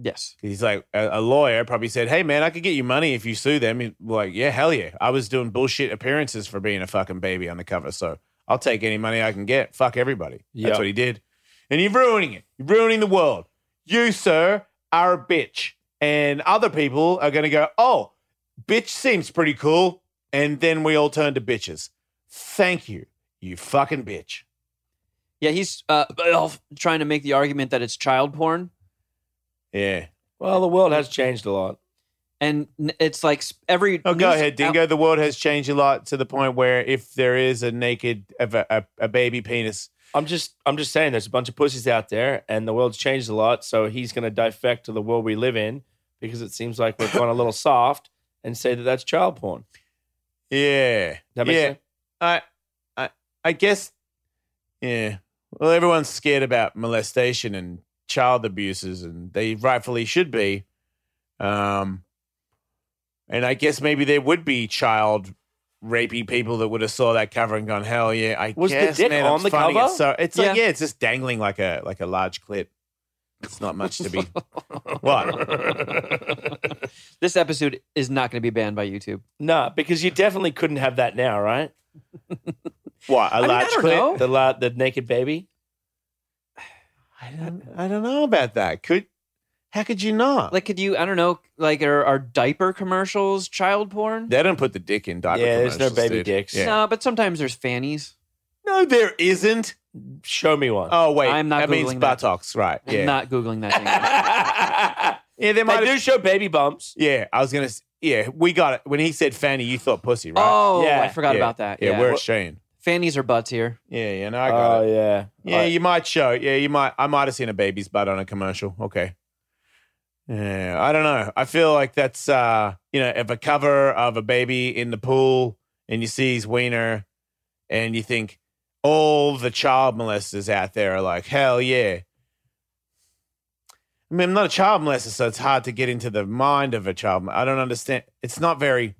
[SPEAKER 4] Yes.
[SPEAKER 1] He's like a, a lawyer probably said, "Hey, man, I could get you money if you sue them." He's like, "Yeah, hell yeah, I was doing bullshit appearances for being a fucking baby on the cover, so I'll take any money I can get. Fuck everybody."
[SPEAKER 3] Yeah.
[SPEAKER 1] That's what he did, and you're ruining it. You're ruining the world. You, sir, are a bitch, and other people are gonna go, "Oh, bitch seems pretty cool," and then we all turn to bitches. Thank you, you fucking bitch.
[SPEAKER 4] Yeah, he's uh, trying to make the argument that it's child porn,
[SPEAKER 1] Yeah.
[SPEAKER 3] Well, the world has changed a lot.
[SPEAKER 4] and n- it's like sp- every.
[SPEAKER 1] Oh, go
[SPEAKER 4] news
[SPEAKER 1] ahead,
[SPEAKER 4] out-
[SPEAKER 1] Dingo. the world has changed a lot to the point where if there is a naked, of a, a, a baby penis,
[SPEAKER 3] I'm just. I'm just saying, there's a bunch of pussies out there, and the world's changed a lot. So he's going to defect to the world we live in because it seems like we've gone a little soft and say that that's child porn.
[SPEAKER 1] yeah,
[SPEAKER 3] That makes
[SPEAKER 1] yeah,
[SPEAKER 3] sense?
[SPEAKER 1] I, I, I guess, yeah. Well, everyone's scared about molestation and child abuses, and they rightfully should be. Um, and I guess maybe there would be child rapey people that would have saw that cover and gone, "Hell yeah!" I
[SPEAKER 3] Was the
[SPEAKER 1] guess,
[SPEAKER 3] dick
[SPEAKER 1] man,
[SPEAKER 3] on
[SPEAKER 1] I'm
[SPEAKER 3] the
[SPEAKER 1] finding it
[SPEAKER 3] cover?
[SPEAKER 1] so it's like
[SPEAKER 4] Yeah.
[SPEAKER 1] yeah, it's just dangling like a like a large clip. It's not much
[SPEAKER 3] <laughs>
[SPEAKER 1] to be. what?
[SPEAKER 4] This episode is not going to be banned by YouTube.
[SPEAKER 3] No, because you definitely couldn't have that now, right?
[SPEAKER 1] What? A
[SPEAKER 4] mean, I
[SPEAKER 1] large
[SPEAKER 4] don't
[SPEAKER 1] clip?
[SPEAKER 4] know.
[SPEAKER 3] The la- the naked baby.
[SPEAKER 1] I don't, I don't know about that. Could How could you not?
[SPEAKER 4] Like, could you? I don't know. Like, are, are diaper commercials child porn?
[SPEAKER 1] they don't put the dick in diaper
[SPEAKER 3] Yeah, there's no
[SPEAKER 1] commercials,
[SPEAKER 3] baby
[SPEAKER 1] dude.
[SPEAKER 3] dicks.
[SPEAKER 1] Yeah.
[SPEAKER 4] No, but sometimes there's fannies.
[SPEAKER 1] No, there isn't.
[SPEAKER 3] Show me <laughs> one.
[SPEAKER 1] Oh wait,
[SPEAKER 4] I'm not
[SPEAKER 1] that means
[SPEAKER 4] Googling that.
[SPEAKER 1] buttocks, right?
[SPEAKER 4] I'm
[SPEAKER 1] yeah,
[SPEAKER 4] not
[SPEAKER 1] <laughs>
[SPEAKER 4] googling that thing.
[SPEAKER 1] yeah, there might.
[SPEAKER 3] they
[SPEAKER 1] have-
[SPEAKER 3] do show baby bumps.
[SPEAKER 1] Yeah, I was gonna. s- Yeah, we got it. When he said Fanny, you thought pussy, right?
[SPEAKER 4] Oh,
[SPEAKER 3] Yeah.
[SPEAKER 4] I forgot
[SPEAKER 1] Yeah.
[SPEAKER 4] about that.
[SPEAKER 1] yeah,
[SPEAKER 4] Yeah,
[SPEAKER 1] we're Shane.
[SPEAKER 4] fannies are butts here.
[SPEAKER 1] Yeah, yeah, no, I got
[SPEAKER 3] Oh
[SPEAKER 1] it.
[SPEAKER 3] yeah.
[SPEAKER 1] Yeah, you might show. Yeah, you might. I might have seen a baby's butt on a commercial. Okay. Yeah, I don't know. I feel like that's uh, you know, if a cover of a baby in the pool and you see his wiener, and you think all the child molesters out there are like, hell yeah. I mean, I'm not a child molester, so it's hard to get into the mind of a child. mol- I don't understand. It's not very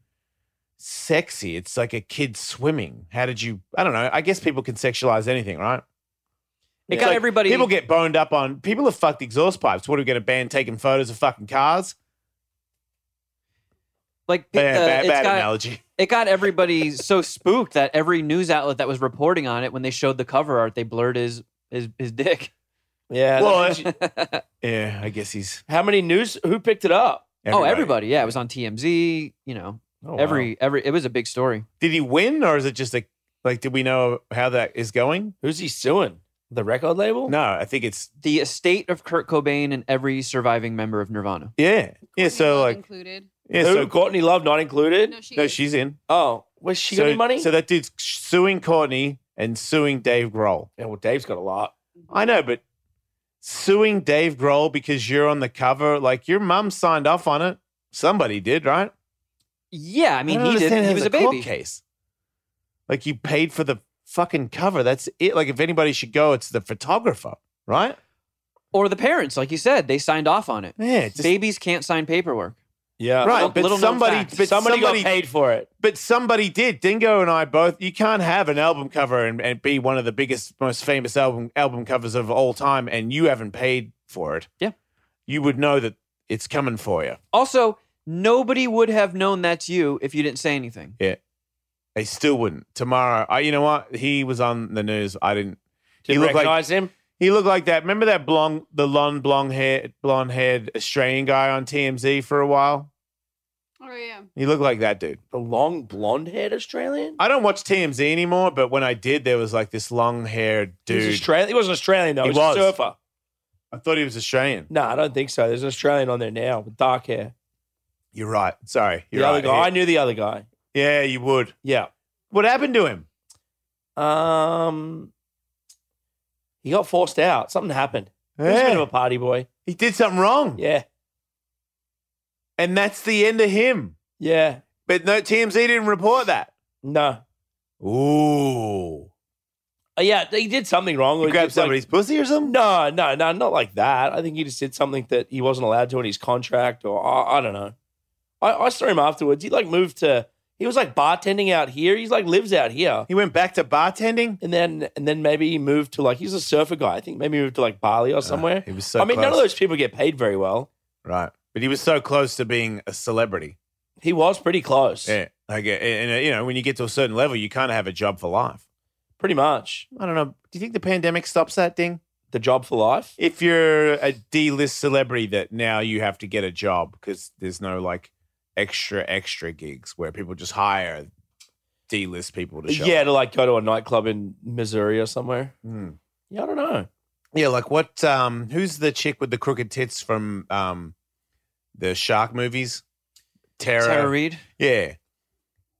[SPEAKER 1] sexy. It's like a kid swimming. How did you? I don't know. I guess people can sexualize anything, right?
[SPEAKER 4] It
[SPEAKER 1] It's
[SPEAKER 4] got
[SPEAKER 1] like
[SPEAKER 4] everybody.
[SPEAKER 1] People get boned up on. People have fucked exhaust pipes. What are we going to ban taking photos of fucking cars?
[SPEAKER 4] like
[SPEAKER 1] Yeah,
[SPEAKER 4] uh,
[SPEAKER 1] bad,
[SPEAKER 4] it's
[SPEAKER 1] bad
[SPEAKER 4] got- <laughs>
[SPEAKER 1] analogy.
[SPEAKER 4] it got everybody so spooked that every news outlet that was reporting on it when they showed the cover art, they blurred his his, his dick. <laughs> Oh,
[SPEAKER 3] Yeah.
[SPEAKER 1] Well,
[SPEAKER 3] that-
[SPEAKER 1] it's- yeah, I guess he's.
[SPEAKER 3] how many news? Who picked it up?
[SPEAKER 4] Oh, everybody. Yeah, it was on TMZ. You know,
[SPEAKER 1] Oh, wow.
[SPEAKER 4] every every it was a big story.
[SPEAKER 1] Did he win, or is it just like like? Did we know how that is going?
[SPEAKER 3] Who's he suing? The record label?
[SPEAKER 1] No, I think it's
[SPEAKER 4] The estate of Kurt Cobain and every surviving member of Nirvana.
[SPEAKER 1] yeah, yeah.
[SPEAKER 7] Courtney
[SPEAKER 1] So
[SPEAKER 7] Love
[SPEAKER 1] like,
[SPEAKER 7] included.
[SPEAKER 1] yeah.
[SPEAKER 3] Who?
[SPEAKER 1] So
[SPEAKER 3] Courtney Love not included?
[SPEAKER 7] No, she.
[SPEAKER 1] no,
[SPEAKER 7] is.
[SPEAKER 1] she's in.
[SPEAKER 3] Oh, was she
[SPEAKER 1] so,
[SPEAKER 3] got any money?
[SPEAKER 1] So that dude's suing Courtney and suing Dave Grohl.
[SPEAKER 3] yeah, well, Dave's got a lot.
[SPEAKER 1] I know, but suing Dave Grohl because you're on the cover, like your mum signed off on it. Somebody did, right?
[SPEAKER 4] Yeah, I mean
[SPEAKER 1] don't
[SPEAKER 4] he did.
[SPEAKER 1] understand how
[SPEAKER 4] He was a
[SPEAKER 1] it's court
[SPEAKER 4] baby.
[SPEAKER 1] case. Like you paid for the fucking cover. That's it. Like if anybody should go, it's the photographer, right?
[SPEAKER 4] Or the parents, like you said, they signed off on it.
[SPEAKER 1] Yeah, just,
[SPEAKER 4] Babies can't sign paperwork.
[SPEAKER 3] Yeah.
[SPEAKER 1] right.
[SPEAKER 4] little-
[SPEAKER 1] but
[SPEAKER 4] little known
[SPEAKER 1] somebody,
[SPEAKER 4] fact.
[SPEAKER 1] but
[SPEAKER 3] somebody,
[SPEAKER 1] somebody,
[SPEAKER 3] got paid for it.
[SPEAKER 1] but somebody did. Dingo and I both. You can't have an album cover and, and be one of the biggest, most famous album album covers of all time, and you haven't paid for it.
[SPEAKER 4] Yeah.
[SPEAKER 1] you would know that it's coming for you.
[SPEAKER 4] Also, nobody would have known that's you if you didn't say anything.
[SPEAKER 1] They still wouldn't. Tomorrow, I, you know what? He was on the news. I didn't. he
[SPEAKER 3] Did you
[SPEAKER 1] looked like
[SPEAKER 3] recognize him?
[SPEAKER 1] He looked like that. Remember that blonde, the long blonde hair, blonde haired Australian guy on TMZ for a while.
[SPEAKER 7] Oh yeah.
[SPEAKER 1] He looked like that dude.
[SPEAKER 3] The long blonde haired Australian?
[SPEAKER 1] I don't watch TMZ anymore, but when I did, there was like this long haired
[SPEAKER 3] He,
[SPEAKER 1] dude.
[SPEAKER 3] was Australian. he wasn't Australian, though.
[SPEAKER 1] He
[SPEAKER 3] He, was, a
[SPEAKER 1] was.
[SPEAKER 3] surfer.
[SPEAKER 1] I thought he was Australian.
[SPEAKER 3] No, I don't think so. There's an Australian on there now with dark hair.
[SPEAKER 1] You're right. Sorry,
[SPEAKER 3] The
[SPEAKER 1] you're
[SPEAKER 3] other
[SPEAKER 1] right.
[SPEAKER 3] guy. I knew the other guy.
[SPEAKER 1] Yeah, you would.
[SPEAKER 3] Yeah.
[SPEAKER 1] What happened to him?
[SPEAKER 3] Um, he got forced out. Something happened. He was a bit of
[SPEAKER 1] Yeah.
[SPEAKER 3] a party boy.
[SPEAKER 1] He did something wrong,
[SPEAKER 3] Yeah.
[SPEAKER 1] and that's the end of him.
[SPEAKER 3] Yeah.
[SPEAKER 1] But no, TMZ didn't report that.
[SPEAKER 3] No.
[SPEAKER 1] Ooh,
[SPEAKER 3] Uh, yeah, he did something wrong.
[SPEAKER 1] you
[SPEAKER 3] He
[SPEAKER 1] grabbed
[SPEAKER 3] did, like-
[SPEAKER 1] somebody's pussy or something.
[SPEAKER 3] No, no, no, not like that. I think he just did something that he wasn't allowed to in his contract, or I, I don't know. I, I saw him afterwards. He like moved to. He was like bartending out here. He's like lives out here,
[SPEAKER 1] He went back to bartending.
[SPEAKER 3] and then and then maybe he moved to like he's a surfer guy. I think maybe he moved to like Bali or somewhere.
[SPEAKER 1] Ah, He was so.
[SPEAKER 3] I mean, none of
[SPEAKER 1] close.
[SPEAKER 3] those people get paid very well.
[SPEAKER 1] Right, but he was so close to being a celebrity.
[SPEAKER 3] He was pretty close,
[SPEAKER 1] Yeah, like uh, and uh, you know, when you get to a certain level, you kind of have a job for life.
[SPEAKER 3] pretty much.
[SPEAKER 1] I don't know. Do you think the pandemic stops that thing?
[SPEAKER 3] The job for life.
[SPEAKER 1] If you're a D-list celebrity, that now you have to get a job because there's no like extra extra gigs where people just hire D-list people to show.
[SPEAKER 3] Yeah,
[SPEAKER 1] up.
[SPEAKER 3] to like go to a nightclub in Missouri or somewhere.
[SPEAKER 1] Hmm.
[SPEAKER 3] Yeah, I don't know.
[SPEAKER 1] yeah. Like what? Um, who's the chick with the crooked tits from um the shark movies? Tara.
[SPEAKER 4] Tara Reid.
[SPEAKER 1] Yeah.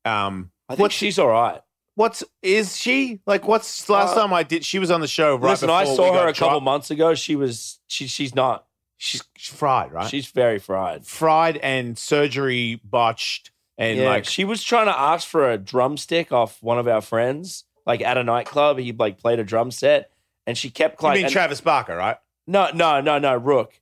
[SPEAKER 1] Um,
[SPEAKER 3] I think
[SPEAKER 1] What's-
[SPEAKER 3] she's all right.
[SPEAKER 1] what's is she like? What's last
[SPEAKER 3] Uh,
[SPEAKER 1] time I did? She was on the show right
[SPEAKER 3] Listen, I
[SPEAKER 1] before
[SPEAKER 3] saw
[SPEAKER 1] we
[SPEAKER 3] her
[SPEAKER 1] got
[SPEAKER 3] a couple
[SPEAKER 1] dropped.
[SPEAKER 3] months ago. She was she she's not.
[SPEAKER 1] She's she's fried, right?
[SPEAKER 3] She's very fried.
[SPEAKER 1] fried and surgery botched and
[SPEAKER 3] yeah,
[SPEAKER 1] like
[SPEAKER 3] she was trying to ask for a drumstick off one of our friends, like at a nightclub. He like played a drum set, and she kept
[SPEAKER 1] you
[SPEAKER 3] like
[SPEAKER 1] mean
[SPEAKER 3] and-
[SPEAKER 1] Travis Barker, right?
[SPEAKER 3] no, no, no, no, Rook,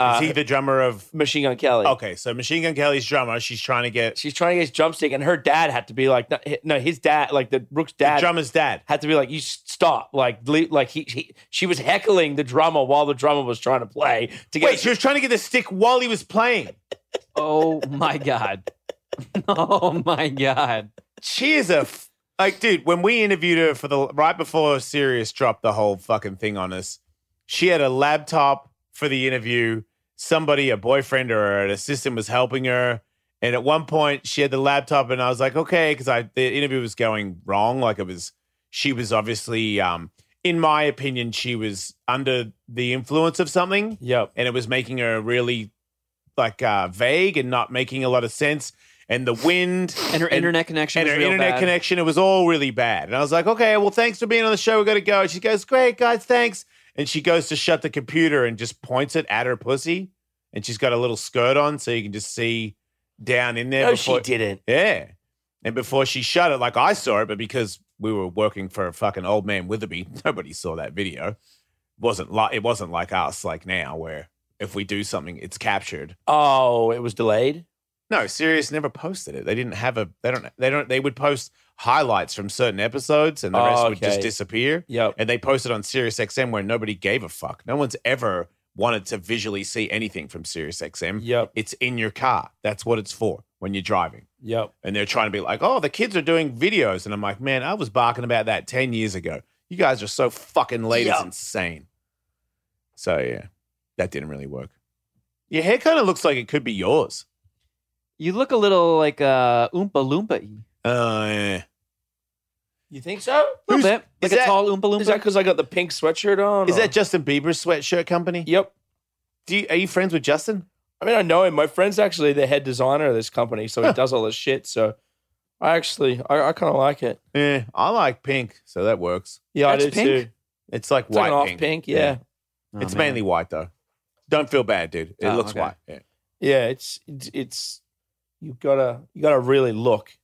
[SPEAKER 3] uh,
[SPEAKER 1] Is he the drummer of?
[SPEAKER 3] Machine Gun Kelly.
[SPEAKER 1] Okay, so Machine Gun Kelly's drummer. She's trying to get
[SPEAKER 3] She's trying to get his drumstick, and her dad had to be like, no, hi- no, his dad, like the Rook's
[SPEAKER 1] the
[SPEAKER 3] dad,
[SPEAKER 1] drummer's dad.
[SPEAKER 3] had to be like, you s- stop, like, le- like he, he, she was heckling the drummer while the drummer was trying to play to get.
[SPEAKER 1] Wait, she was trying to get the stick while he was playing.
[SPEAKER 4] Oh my god. <laughs> oh my god.
[SPEAKER 1] She is a f- like, dude. When we interviewed her for the right before Sirius dropped the whole fucking thing on us, she had a laptop for the interview somebody, a boyfriend or an assistant, was helping her. And at one point, she had the laptop, and I was like, okay, because I the interview was going wrong. Like it was, she was obviously, um, in my opinion, she was under the influence of something
[SPEAKER 3] Yep.
[SPEAKER 1] and it was making her really like uh, vague and not making a lot of sense. And the wind
[SPEAKER 4] And her internet connection
[SPEAKER 1] and
[SPEAKER 4] was
[SPEAKER 1] her
[SPEAKER 4] real
[SPEAKER 1] internet
[SPEAKER 4] bad.
[SPEAKER 1] connection, it was all really bad. And I was like, okay, well, thanks for being on the show. We got to go. And she goes, great, guys, thanks. And she goes to shut the computer and just points it at her pussy. And she's got a little skirt on, so you can just see down in
[SPEAKER 4] Oh,
[SPEAKER 1] there.
[SPEAKER 3] No,
[SPEAKER 1] before-
[SPEAKER 3] she didn't.
[SPEAKER 1] yeah. And before she shut it, like I saw it, but because we were working for fucking old man Witherby, <laughs> nobody saw that video. wasn't like It wasn't like us, like now, where if we do something, it's captured.
[SPEAKER 3] Oh, it was delayed.
[SPEAKER 1] No, Sirius never posted it. They didn't have a. They don't. They don't. They would post highlights from certain episodes, and the rest
[SPEAKER 3] Oh,
[SPEAKER 1] would just
[SPEAKER 3] okay.
[SPEAKER 1] disappear.
[SPEAKER 3] Yep.
[SPEAKER 1] And they posted on Sirius XM where nobody gave a fuck. No one's ever wanted to visually see anything from Sirius XM.
[SPEAKER 3] Yep.
[SPEAKER 1] It's in your car. That's what it's for when you're driving
[SPEAKER 3] Yep.
[SPEAKER 1] and they're trying to be like, oh, the kids are doing videos. And I'm like, man, I was barking about that 10 years ago. You guys are so fucking late. It's
[SPEAKER 3] Yeah.
[SPEAKER 1] insane. So, yeah, that didn't really work. Your hair kind of looks like it could be yours.
[SPEAKER 4] You look a little like uh, Oompa Loompa
[SPEAKER 1] Oh, yeah.
[SPEAKER 3] You think so?
[SPEAKER 4] a little
[SPEAKER 1] Who's-
[SPEAKER 4] bit,
[SPEAKER 1] is
[SPEAKER 4] like a
[SPEAKER 1] that-
[SPEAKER 4] tall Oompa Loompa.
[SPEAKER 3] Is that because I got the pink sweatshirt on?
[SPEAKER 1] Is
[SPEAKER 3] or-
[SPEAKER 1] that Justin Bieber's sweatshirt company?
[SPEAKER 3] Yep.
[SPEAKER 1] Do you, are you friends with Justin?
[SPEAKER 3] I mean, I know him. My friend's actually the head designer of this company, so he
[SPEAKER 1] Huh.
[SPEAKER 3] does all this shit. So I actually, I, I kind of like it.
[SPEAKER 1] Yeah, Eh, I like pink, so that works.
[SPEAKER 3] Yeah, I
[SPEAKER 4] That's
[SPEAKER 3] do
[SPEAKER 4] pink?
[SPEAKER 3] too.
[SPEAKER 1] It's like
[SPEAKER 3] It's
[SPEAKER 1] white
[SPEAKER 3] like an off
[SPEAKER 1] pink.
[SPEAKER 3] pink, yeah.
[SPEAKER 4] Oh,
[SPEAKER 1] It's
[SPEAKER 4] man.
[SPEAKER 1] mainly white, though. Don't feel bad, dude. It
[SPEAKER 4] Oh,
[SPEAKER 1] looks
[SPEAKER 4] okay.
[SPEAKER 1] white. Yeah.
[SPEAKER 3] yeah, It's it's- it's you gotta you gotta really look.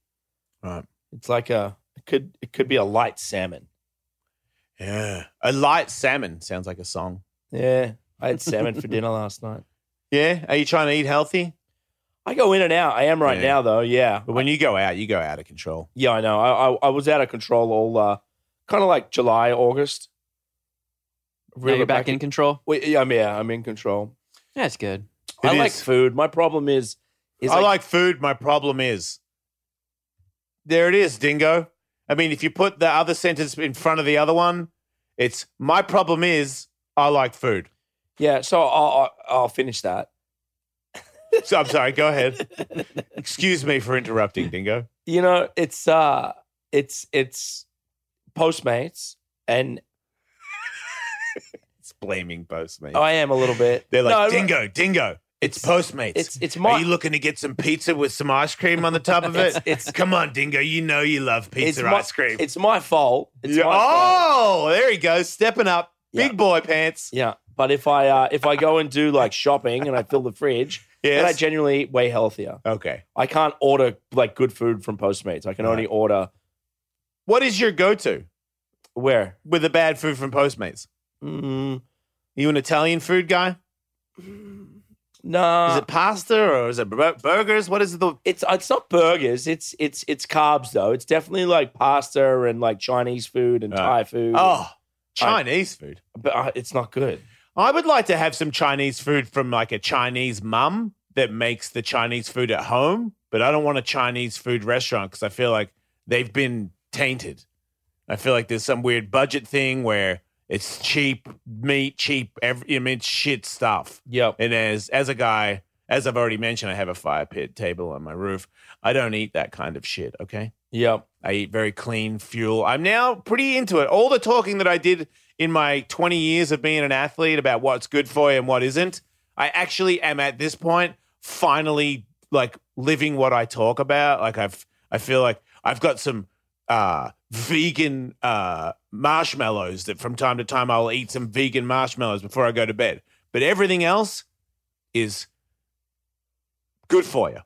[SPEAKER 1] Right.
[SPEAKER 3] It's like a it could it could be a light salmon.
[SPEAKER 1] yeah. A light salmon sounds like a song.
[SPEAKER 3] Yeah, I had salmon
[SPEAKER 1] <laughs>
[SPEAKER 3] for dinner last night.
[SPEAKER 1] Yeah. Are you trying to eat healthy?
[SPEAKER 3] I go in and out. I am right
[SPEAKER 1] Yeah.
[SPEAKER 3] now though. Yeah,
[SPEAKER 1] But when you go out, you go out of control.
[SPEAKER 3] yeah, I know. I I, I was out of control all uh, kind of like July, August.
[SPEAKER 4] Now you're back in control.
[SPEAKER 3] Wait, yeah, I'm yeah, I'm in control.
[SPEAKER 4] That's good.
[SPEAKER 3] I
[SPEAKER 1] It
[SPEAKER 3] like
[SPEAKER 1] is.
[SPEAKER 3] food. My problem is, is
[SPEAKER 1] I
[SPEAKER 3] like,
[SPEAKER 1] like food. My problem is. There it is, dingo. I mean, if you put the other sentence in front of the other one, it's my problem is I like food.
[SPEAKER 3] yeah. So I'll, I'll, I'll finish that.
[SPEAKER 1] So I'm sorry, go ahead.
[SPEAKER 3] <laughs>
[SPEAKER 1] Excuse me for interrupting, dingo.
[SPEAKER 3] You know, it's uh, it's it's Postmates, and
[SPEAKER 1] It's blaming Postmates.
[SPEAKER 3] Oh, I am a little bit.
[SPEAKER 1] They're like,
[SPEAKER 3] No,
[SPEAKER 1] dingo, dingo, it's, Postmates.
[SPEAKER 3] It's it's
[SPEAKER 1] Are
[SPEAKER 3] my
[SPEAKER 1] you looking to get some pizza with some ice cream on the top of it?
[SPEAKER 3] <laughs> it's
[SPEAKER 1] Come on, dingo, you know you love
[SPEAKER 3] it's
[SPEAKER 1] pizza
[SPEAKER 3] my,
[SPEAKER 1] ice cream.
[SPEAKER 3] It's my fault. It's
[SPEAKER 1] Yeah.
[SPEAKER 3] my fault.
[SPEAKER 1] oh, there he goes, stepping up.
[SPEAKER 3] Yeah.
[SPEAKER 1] Big boy pants.
[SPEAKER 3] Yeah, but if I uh, if I go and do like shopping and I fill the fridge, then I
[SPEAKER 1] Yes.
[SPEAKER 3] genuinely eat way healthier.
[SPEAKER 1] okay.
[SPEAKER 3] I can't order like good food from Postmates. I can only order
[SPEAKER 1] What is your go-to
[SPEAKER 3] where.
[SPEAKER 1] with the bad food from Postmates?
[SPEAKER 3] Mm,
[SPEAKER 1] you an Italian food guy?
[SPEAKER 3] nah, Uh,
[SPEAKER 1] Is it pasta or is it bur- burgers? What is the
[SPEAKER 3] it's uh, it's not burgers. It's it's it's carbs though. It's definitely like pasta and like Chinese food and
[SPEAKER 1] Right.
[SPEAKER 3] Thai food.
[SPEAKER 1] oh Chinese food?
[SPEAKER 3] but uh, it's not good.
[SPEAKER 1] I would like to have some Chinese food from like a Chinese mum that makes the Chinese food at home, but I don't want a Chinese food restaurant because I feel like they've been tainted. I feel like there's some weird budget thing where it's cheap meat, cheap every I mean it's shit stuff.
[SPEAKER 3] Yep.
[SPEAKER 1] And as as a guy, as I've already mentioned, I have a fire pit table on my roof. I don't eat that kind of shit, okay?
[SPEAKER 3] Yep.
[SPEAKER 1] I eat very clean fuel. I'm now pretty into it. All the talking that I did in my 20 years of being an athlete about what's good for you and what isn't, I actually am at this point finally like living what I talk about. Like I've I feel like I've got some uh vegan uh marshmallows that from time to time I'll eat some vegan marshmallows before I go to bed. But everything else is good for you.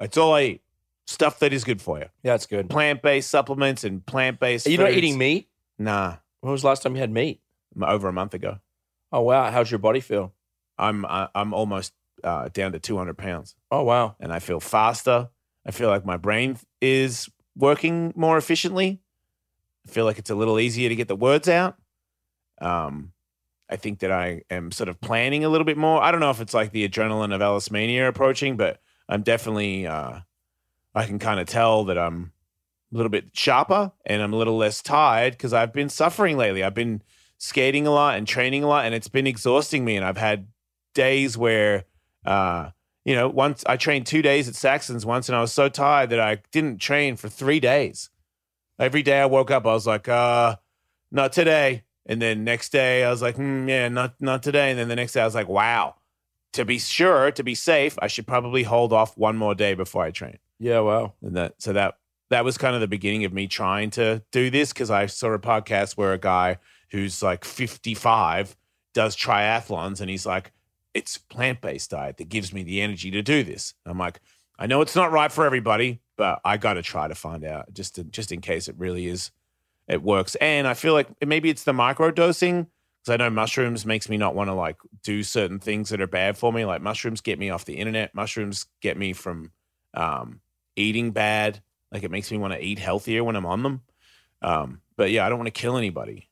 [SPEAKER 1] That's all I eat. Stuff that is good for you
[SPEAKER 3] Yeah, it's good.
[SPEAKER 1] plant based supplements and plant based.
[SPEAKER 3] Are you not eating meat?
[SPEAKER 1] Nah,
[SPEAKER 3] When was the last time you had meat?
[SPEAKER 1] m- over a month ago.
[SPEAKER 3] Oh wow, how's your body feel?
[SPEAKER 1] I'm I, I'm almost uh, down to 200 pounds,
[SPEAKER 3] Oh wow.
[SPEAKER 1] and I feel faster. I feel like my brain is working more efficiently. I feel like it's a little easier to get the words out. Um, I think that I am sort of planning a little bit more. I don't know if it's like the adrenaline of Alice Mania approaching, but I'm definitely uh, I can kind of tell that I'm a little bit sharper and I'm a little less tired because I've been suffering lately. I've been skating a lot and training a lot, and it's been exhausting me. And I've had days where, uh, you know, once I trained two days at Saxon's once, and I was so tired that I didn't train for three days. Every day I woke up, I was like, uh, not today. And then next day I was like, hmm, yeah, not not today. And then the next day I was like, wow. To be sure, to be safe, I should probably hold off one more day before I train.
[SPEAKER 3] Yeah, wow.
[SPEAKER 1] And that so that that was kind of the beginning of me trying to do this because I saw a podcast where a guy who's like 55 does triathlons and he's like, it's plant-based diet that gives me the energy to do this. I'm like, I know it's not right for everybody, but I gotta try to find out just to, just in case it really is it works. And I feel like maybe it's the micro dosing because I know mushrooms makes me not want to like do certain things that are bad for me. Like mushrooms get me off the internet. Mushrooms get me from um, eating bad. Like it makes me want to eat healthier when I'm on them. Um, but yeah, I don't want to kill anybody.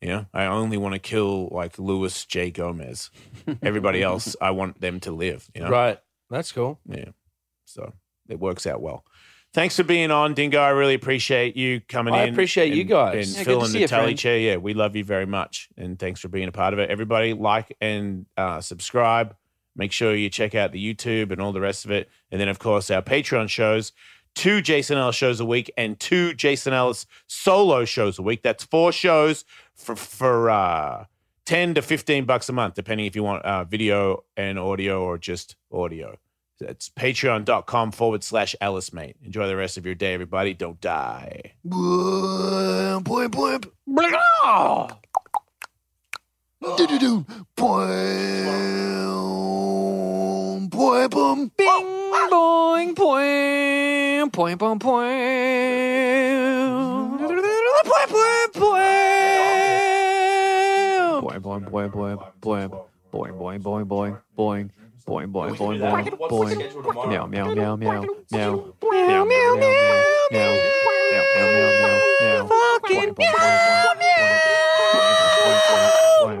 [SPEAKER 1] You know, I only want to kill like Louis J. Gomez. Everybody else, I want them to live. You know,
[SPEAKER 3] Right. That's cool.
[SPEAKER 1] so it works out well. Thanks for being on, Dingo. I really appreciate you coming
[SPEAKER 3] I
[SPEAKER 1] in.
[SPEAKER 3] appreciate you
[SPEAKER 1] and-
[SPEAKER 3] guys.
[SPEAKER 1] and
[SPEAKER 4] Yeah, good to
[SPEAKER 1] filling
[SPEAKER 4] see
[SPEAKER 1] the
[SPEAKER 4] you,
[SPEAKER 1] tally
[SPEAKER 4] friend.
[SPEAKER 1] chair. Yeah, we love you very much, and thanks for being a part of it. Everybody, like and uh, subscribe. Make sure you check out the YouTube and all the rest of it, and then of course our Patreon shows. Two Jason Ellis shows a week and two Jason Ellis solo shows a week. That's four shows for for uh, ten to fifteen bucks a month, depending if you want uh, video and audio or just audio. That's patreon.com forward slash Ellis, mate. Enjoy the rest of your day, everybody. Don't die.
[SPEAKER 4] Boing, boing, boing, boing, boing. Boing, boing, boing. Boing, boing, boing, boing, boing. Boing, boing, boing, boing, boing. Boing, boing, boing, boing, boing. Meow, meow, meow, meow, meow. Meow, meow, meow, meow, meow. Meow, meow, meow, meow, meow. Boing, boing, boing, boing, boing, boing, boing, boing, boing, boing,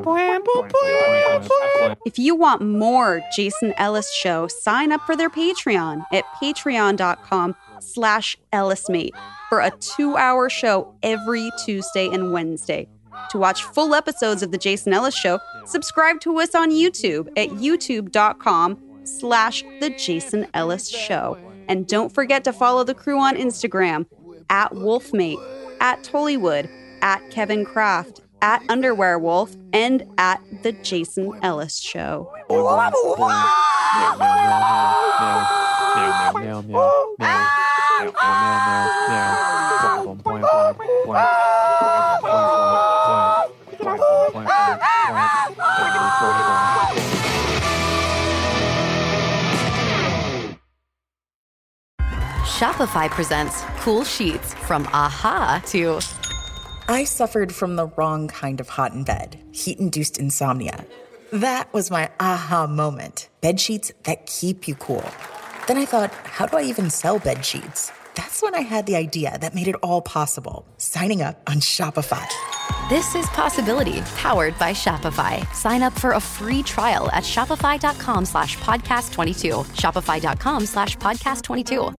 [SPEAKER 4] boing, boing, boing, boing.
[SPEAKER 8] If you want more Jason Ellis show, sign up for their Patreon at patreon.com slash ellismate for a two-hour show every Tuesday and Wednesday. To watch full episodes of the Jason Ellis show, subscribe to us on YouTube at youtube.com slash the Jason Ellis show. And don't forget to follow the crew on Instagram at Wolfmate, at Tollywood, at Kevin Kraft, at Underwear Wolf, and at The Jason Ellis Show.
[SPEAKER 9] Shopify presents cool sheets from aha to
[SPEAKER 10] I suffered from the wrong kind of hot in bed, heat induced insomnia. That was my aha moment. Bed sheets that keep you cool. Then I thought, how do I even sell bed sheets? That's when I had the idea that made it all possible signing up on Shopify.
[SPEAKER 9] this is possibility powered by Shopify. Sign up for a free trial at shopify.com slash podcast 22. Shopify.com slash podcast 22.